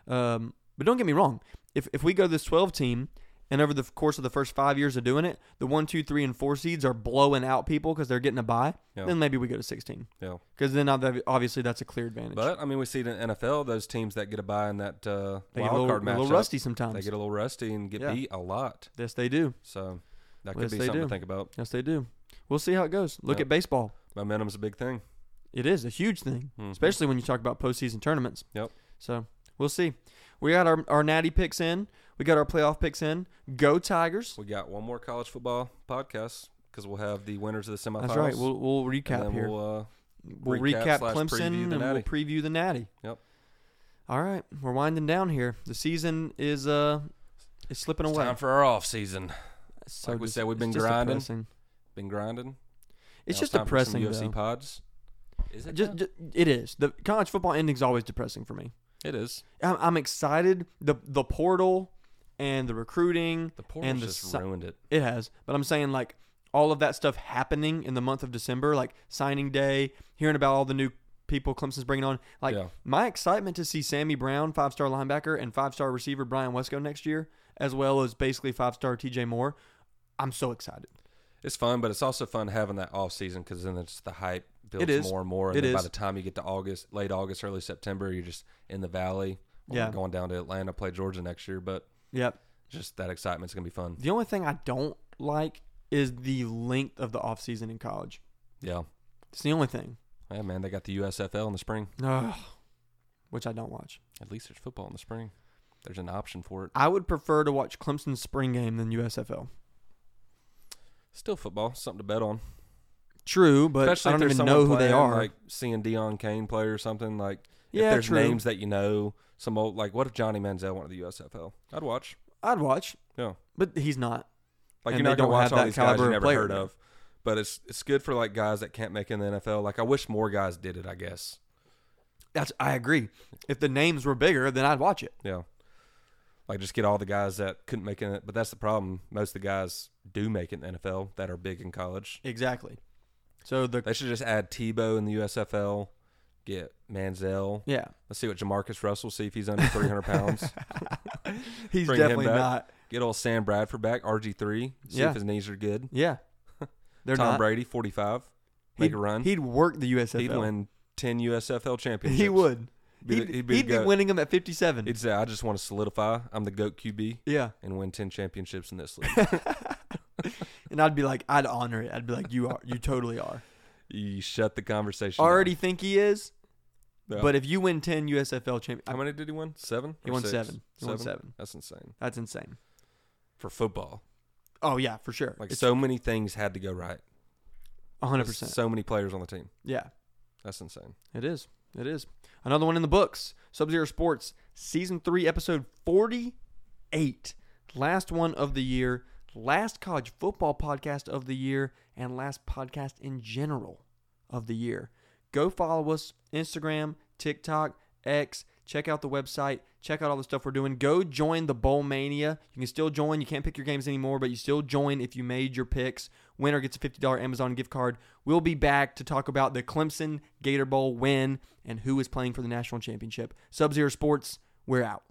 [SPEAKER 2] Um, but don't get me wrong. If if we go this 12 team, and over the f- course of the first five years of doing it, the one, two, three, and four seeds are blowing out people because they're getting a bye.
[SPEAKER 1] Yeah.
[SPEAKER 2] Then maybe we go to 16.
[SPEAKER 1] Yeah.
[SPEAKER 2] Because then ob- obviously that's a clear advantage.
[SPEAKER 1] But I mean, we see it in NFL those teams that get a buy in that uh,
[SPEAKER 2] they get
[SPEAKER 1] wild
[SPEAKER 2] a little,
[SPEAKER 1] card
[SPEAKER 2] a
[SPEAKER 1] matchup.
[SPEAKER 2] little rusty
[SPEAKER 1] They
[SPEAKER 2] sometimes.
[SPEAKER 1] get a little rusty and get
[SPEAKER 2] Yeah.
[SPEAKER 1] beat a lot.
[SPEAKER 2] yes, they do.
[SPEAKER 1] So that
[SPEAKER 2] Yes,
[SPEAKER 1] could
[SPEAKER 2] they
[SPEAKER 1] be something
[SPEAKER 2] do.
[SPEAKER 1] to think about.
[SPEAKER 2] Yes, they do. We'll see how it goes. Look
[SPEAKER 1] Yeah.
[SPEAKER 2] at baseball.
[SPEAKER 1] Momentum's a big thing,
[SPEAKER 2] It is a huge thing.
[SPEAKER 1] Mhm.
[SPEAKER 2] especially when you talk about postseason tournaments.
[SPEAKER 1] Yep.
[SPEAKER 2] So we'll see. We got our, our natty picks in. We got our playoff picks in. Go Tigers.
[SPEAKER 1] We got one more college football podcast because we'll have the winners of the semifinals.
[SPEAKER 2] That's right. We'll, we'll
[SPEAKER 1] and
[SPEAKER 2] recap
[SPEAKER 1] then
[SPEAKER 2] here. We'll,
[SPEAKER 1] We'll, uh, recap
[SPEAKER 2] recap,
[SPEAKER 1] slash preview the
[SPEAKER 2] Clemson and we'll
[SPEAKER 1] natty.
[SPEAKER 2] preview the natty.
[SPEAKER 1] Yep.
[SPEAKER 2] All right. We're winding down here. The season is uh is slipping
[SPEAKER 1] it's
[SPEAKER 2] away.
[SPEAKER 1] time for our off season.
[SPEAKER 2] It's so
[SPEAKER 1] like we
[SPEAKER 2] dis-
[SPEAKER 1] said, we've
[SPEAKER 2] it's
[SPEAKER 1] been
[SPEAKER 2] just
[SPEAKER 1] grinding.
[SPEAKER 2] depressing.
[SPEAKER 1] Been grinding.
[SPEAKER 2] It's
[SPEAKER 1] Now
[SPEAKER 2] just
[SPEAKER 1] time for some
[SPEAKER 2] depressing
[SPEAKER 1] UFC
[SPEAKER 2] though.
[SPEAKER 1] pods. Is it?
[SPEAKER 2] Just,
[SPEAKER 1] now?
[SPEAKER 2] just, it is. The college football ending's always depressing for me.
[SPEAKER 1] it is.
[SPEAKER 2] I'm, I'm excited. The the portal and the recruiting
[SPEAKER 1] The portal
[SPEAKER 2] the
[SPEAKER 1] just
[SPEAKER 2] si-
[SPEAKER 1] ruined it.
[SPEAKER 2] It has, but I'm saying like all of that stuff happening in the month of December, like signing day, hearing about all the new people Clemson's bringing on. Like
[SPEAKER 1] yeah.
[SPEAKER 2] my excitement to see Sammy Brown, five star linebacker, and five star receiver Brian Wesco next year, as well as basically five star TJ Moore. I'm so excited.
[SPEAKER 1] It's fun, but it's also fun having that off season because then it's the hype builds
[SPEAKER 2] is.
[SPEAKER 1] more and more. And
[SPEAKER 2] It
[SPEAKER 1] then by
[SPEAKER 2] is.
[SPEAKER 1] the time you get to August, late August, early September, you're just in the valley. Or
[SPEAKER 2] Yeah.
[SPEAKER 1] Going down to Atlanta, play Georgia next year, but
[SPEAKER 2] Yep.
[SPEAKER 1] just that excitement's gonna be fun.
[SPEAKER 2] The only thing I don't like is the length of the offseason in college.
[SPEAKER 1] Yeah.
[SPEAKER 2] It's the only thing.
[SPEAKER 1] Yeah, man, they got the USFL in the spring.
[SPEAKER 2] Ugh. Which I don't watch.
[SPEAKER 1] At least there's football in the spring. There's an option for it.
[SPEAKER 2] I would prefer to watch Clemson's spring game than USFL.
[SPEAKER 1] Still football, something to bet on.
[SPEAKER 2] True, but
[SPEAKER 1] Especially if
[SPEAKER 2] I don't
[SPEAKER 1] there's
[SPEAKER 2] even
[SPEAKER 1] someone
[SPEAKER 2] know who they
[SPEAKER 1] playing,
[SPEAKER 2] are.
[SPEAKER 1] Like seeing Dion Kane play or something. Like
[SPEAKER 2] Yeah,
[SPEAKER 1] if there's
[SPEAKER 2] true.
[SPEAKER 1] names that you know, some old like what if Johnny Manziel went to the USFL? I'd watch.
[SPEAKER 2] I'd watch.
[SPEAKER 1] Yeah.
[SPEAKER 2] But he's not.
[SPEAKER 1] Like
[SPEAKER 2] And
[SPEAKER 1] you're
[SPEAKER 2] they
[SPEAKER 1] not gonna
[SPEAKER 2] don't have
[SPEAKER 1] watch all
[SPEAKER 2] that
[SPEAKER 1] these guys
[SPEAKER 2] caliber
[SPEAKER 1] you
[SPEAKER 2] of
[SPEAKER 1] never
[SPEAKER 2] player
[SPEAKER 1] heard
[SPEAKER 2] there.
[SPEAKER 1] of. But it's it's good for like guys that can't make it in the NFL. Like I wish more guys did it. I guess.
[SPEAKER 2] That's I agree. If the names were bigger, then I'd watch it.
[SPEAKER 1] Yeah. Like just get all the guys that couldn't make it. But that's the problem. Most of the guys do make it in the NFL that are big in college.
[SPEAKER 2] Exactly. So the
[SPEAKER 1] They should just add Tebow in the USFL. Get Manziel.
[SPEAKER 2] yeah,
[SPEAKER 1] Let's see what Jamarcus Russell. See if he's under three hundred pounds.
[SPEAKER 2] <laughs> he's
[SPEAKER 1] Bring him
[SPEAKER 2] definitely
[SPEAKER 1] back.
[SPEAKER 2] not.
[SPEAKER 1] Get old Sam Bradford back. RG three. See
[SPEAKER 2] Yeah.
[SPEAKER 1] if his knees are good. <laughs>
[SPEAKER 2] Yeah, they're
[SPEAKER 1] Tom
[SPEAKER 2] not.
[SPEAKER 1] Brady forty five.
[SPEAKER 2] He'd-
[SPEAKER 1] Make a run.
[SPEAKER 2] He'd work the USFL.
[SPEAKER 1] He'd
[SPEAKER 2] <laughs>
[SPEAKER 1] win ten USFL championships.
[SPEAKER 2] He would.
[SPEAKER 1] Be the-
[SPEAKER 2] he'd
[SPEAKER 1] he'd
[SPEAKER 2] he'd
[SPEAKER 1] be
[SPEAKER 2] be,
[SPEAKER 1] the goat.
[SPEAKER 2] winning them at 57.
[SPEAKER 1] He'd say, "I just want to solidify. I'm the goat QB
[SPEAKER 2] yeah.
[SPEAKER 1] and win ten championships in this
[SPEAKER 2] <laughs>
[SPEAKER 1] league."
[SPEAKER 2] And I'd be like, I'd honor it. I'd be like, you are. You
[SPEAKER 1] <laughs>
[SPEAKER 2] totally are.
[SPEAKER 1] you shut the conversation. down.
[SPEAKER 2] Already think he is,
[SPEAKER 1] Yeah.
[SPEAKER 2] but if you win 10 USFL champion,
[SPEAKER 1] how many did he win? Seven.
[SPEAKER 2] he
[SPEAKER 1] or
[SPEAKER 2] won
[SPEAKER 1] six?
[SPEAKER 2] seven. He won seven.
[SPEAKER 1] That's insane
[SPEAKER 2] That's insane.
[SPEAKER 1] for football.
[SPEAKER 2] Oh, yeah, for sure.
[SPEAKER 1] Like
[SPEAKER 2] it's
[SPEAKER 1] so many things had to go right.
[SPEAKER 2] 100%.
[SPEAKER 1] There's So many players on the team.
[SPEAKER 2] yeah.
[SPEAKER 1] That's insane.
[SPEAKER 2] It is. It is. Another one in the books. Sub Zero Sports, Season 3, Episode 48. Last one of the year, last college football podcast of the year, and last podcast in general of the year. Go follow us Instagram, TikTok, X. Check out the website. Check out all the stuff we're doing. Go join the Bowl Mania. You can still join. You can't pick your games anymore, but you still join if you made your picks. Winner gets a $50 Amazon gift card. We'll be back to talk about the Clemson Gator Bowl win and who is playing for the national championship. Sub Zero Sports, we're out.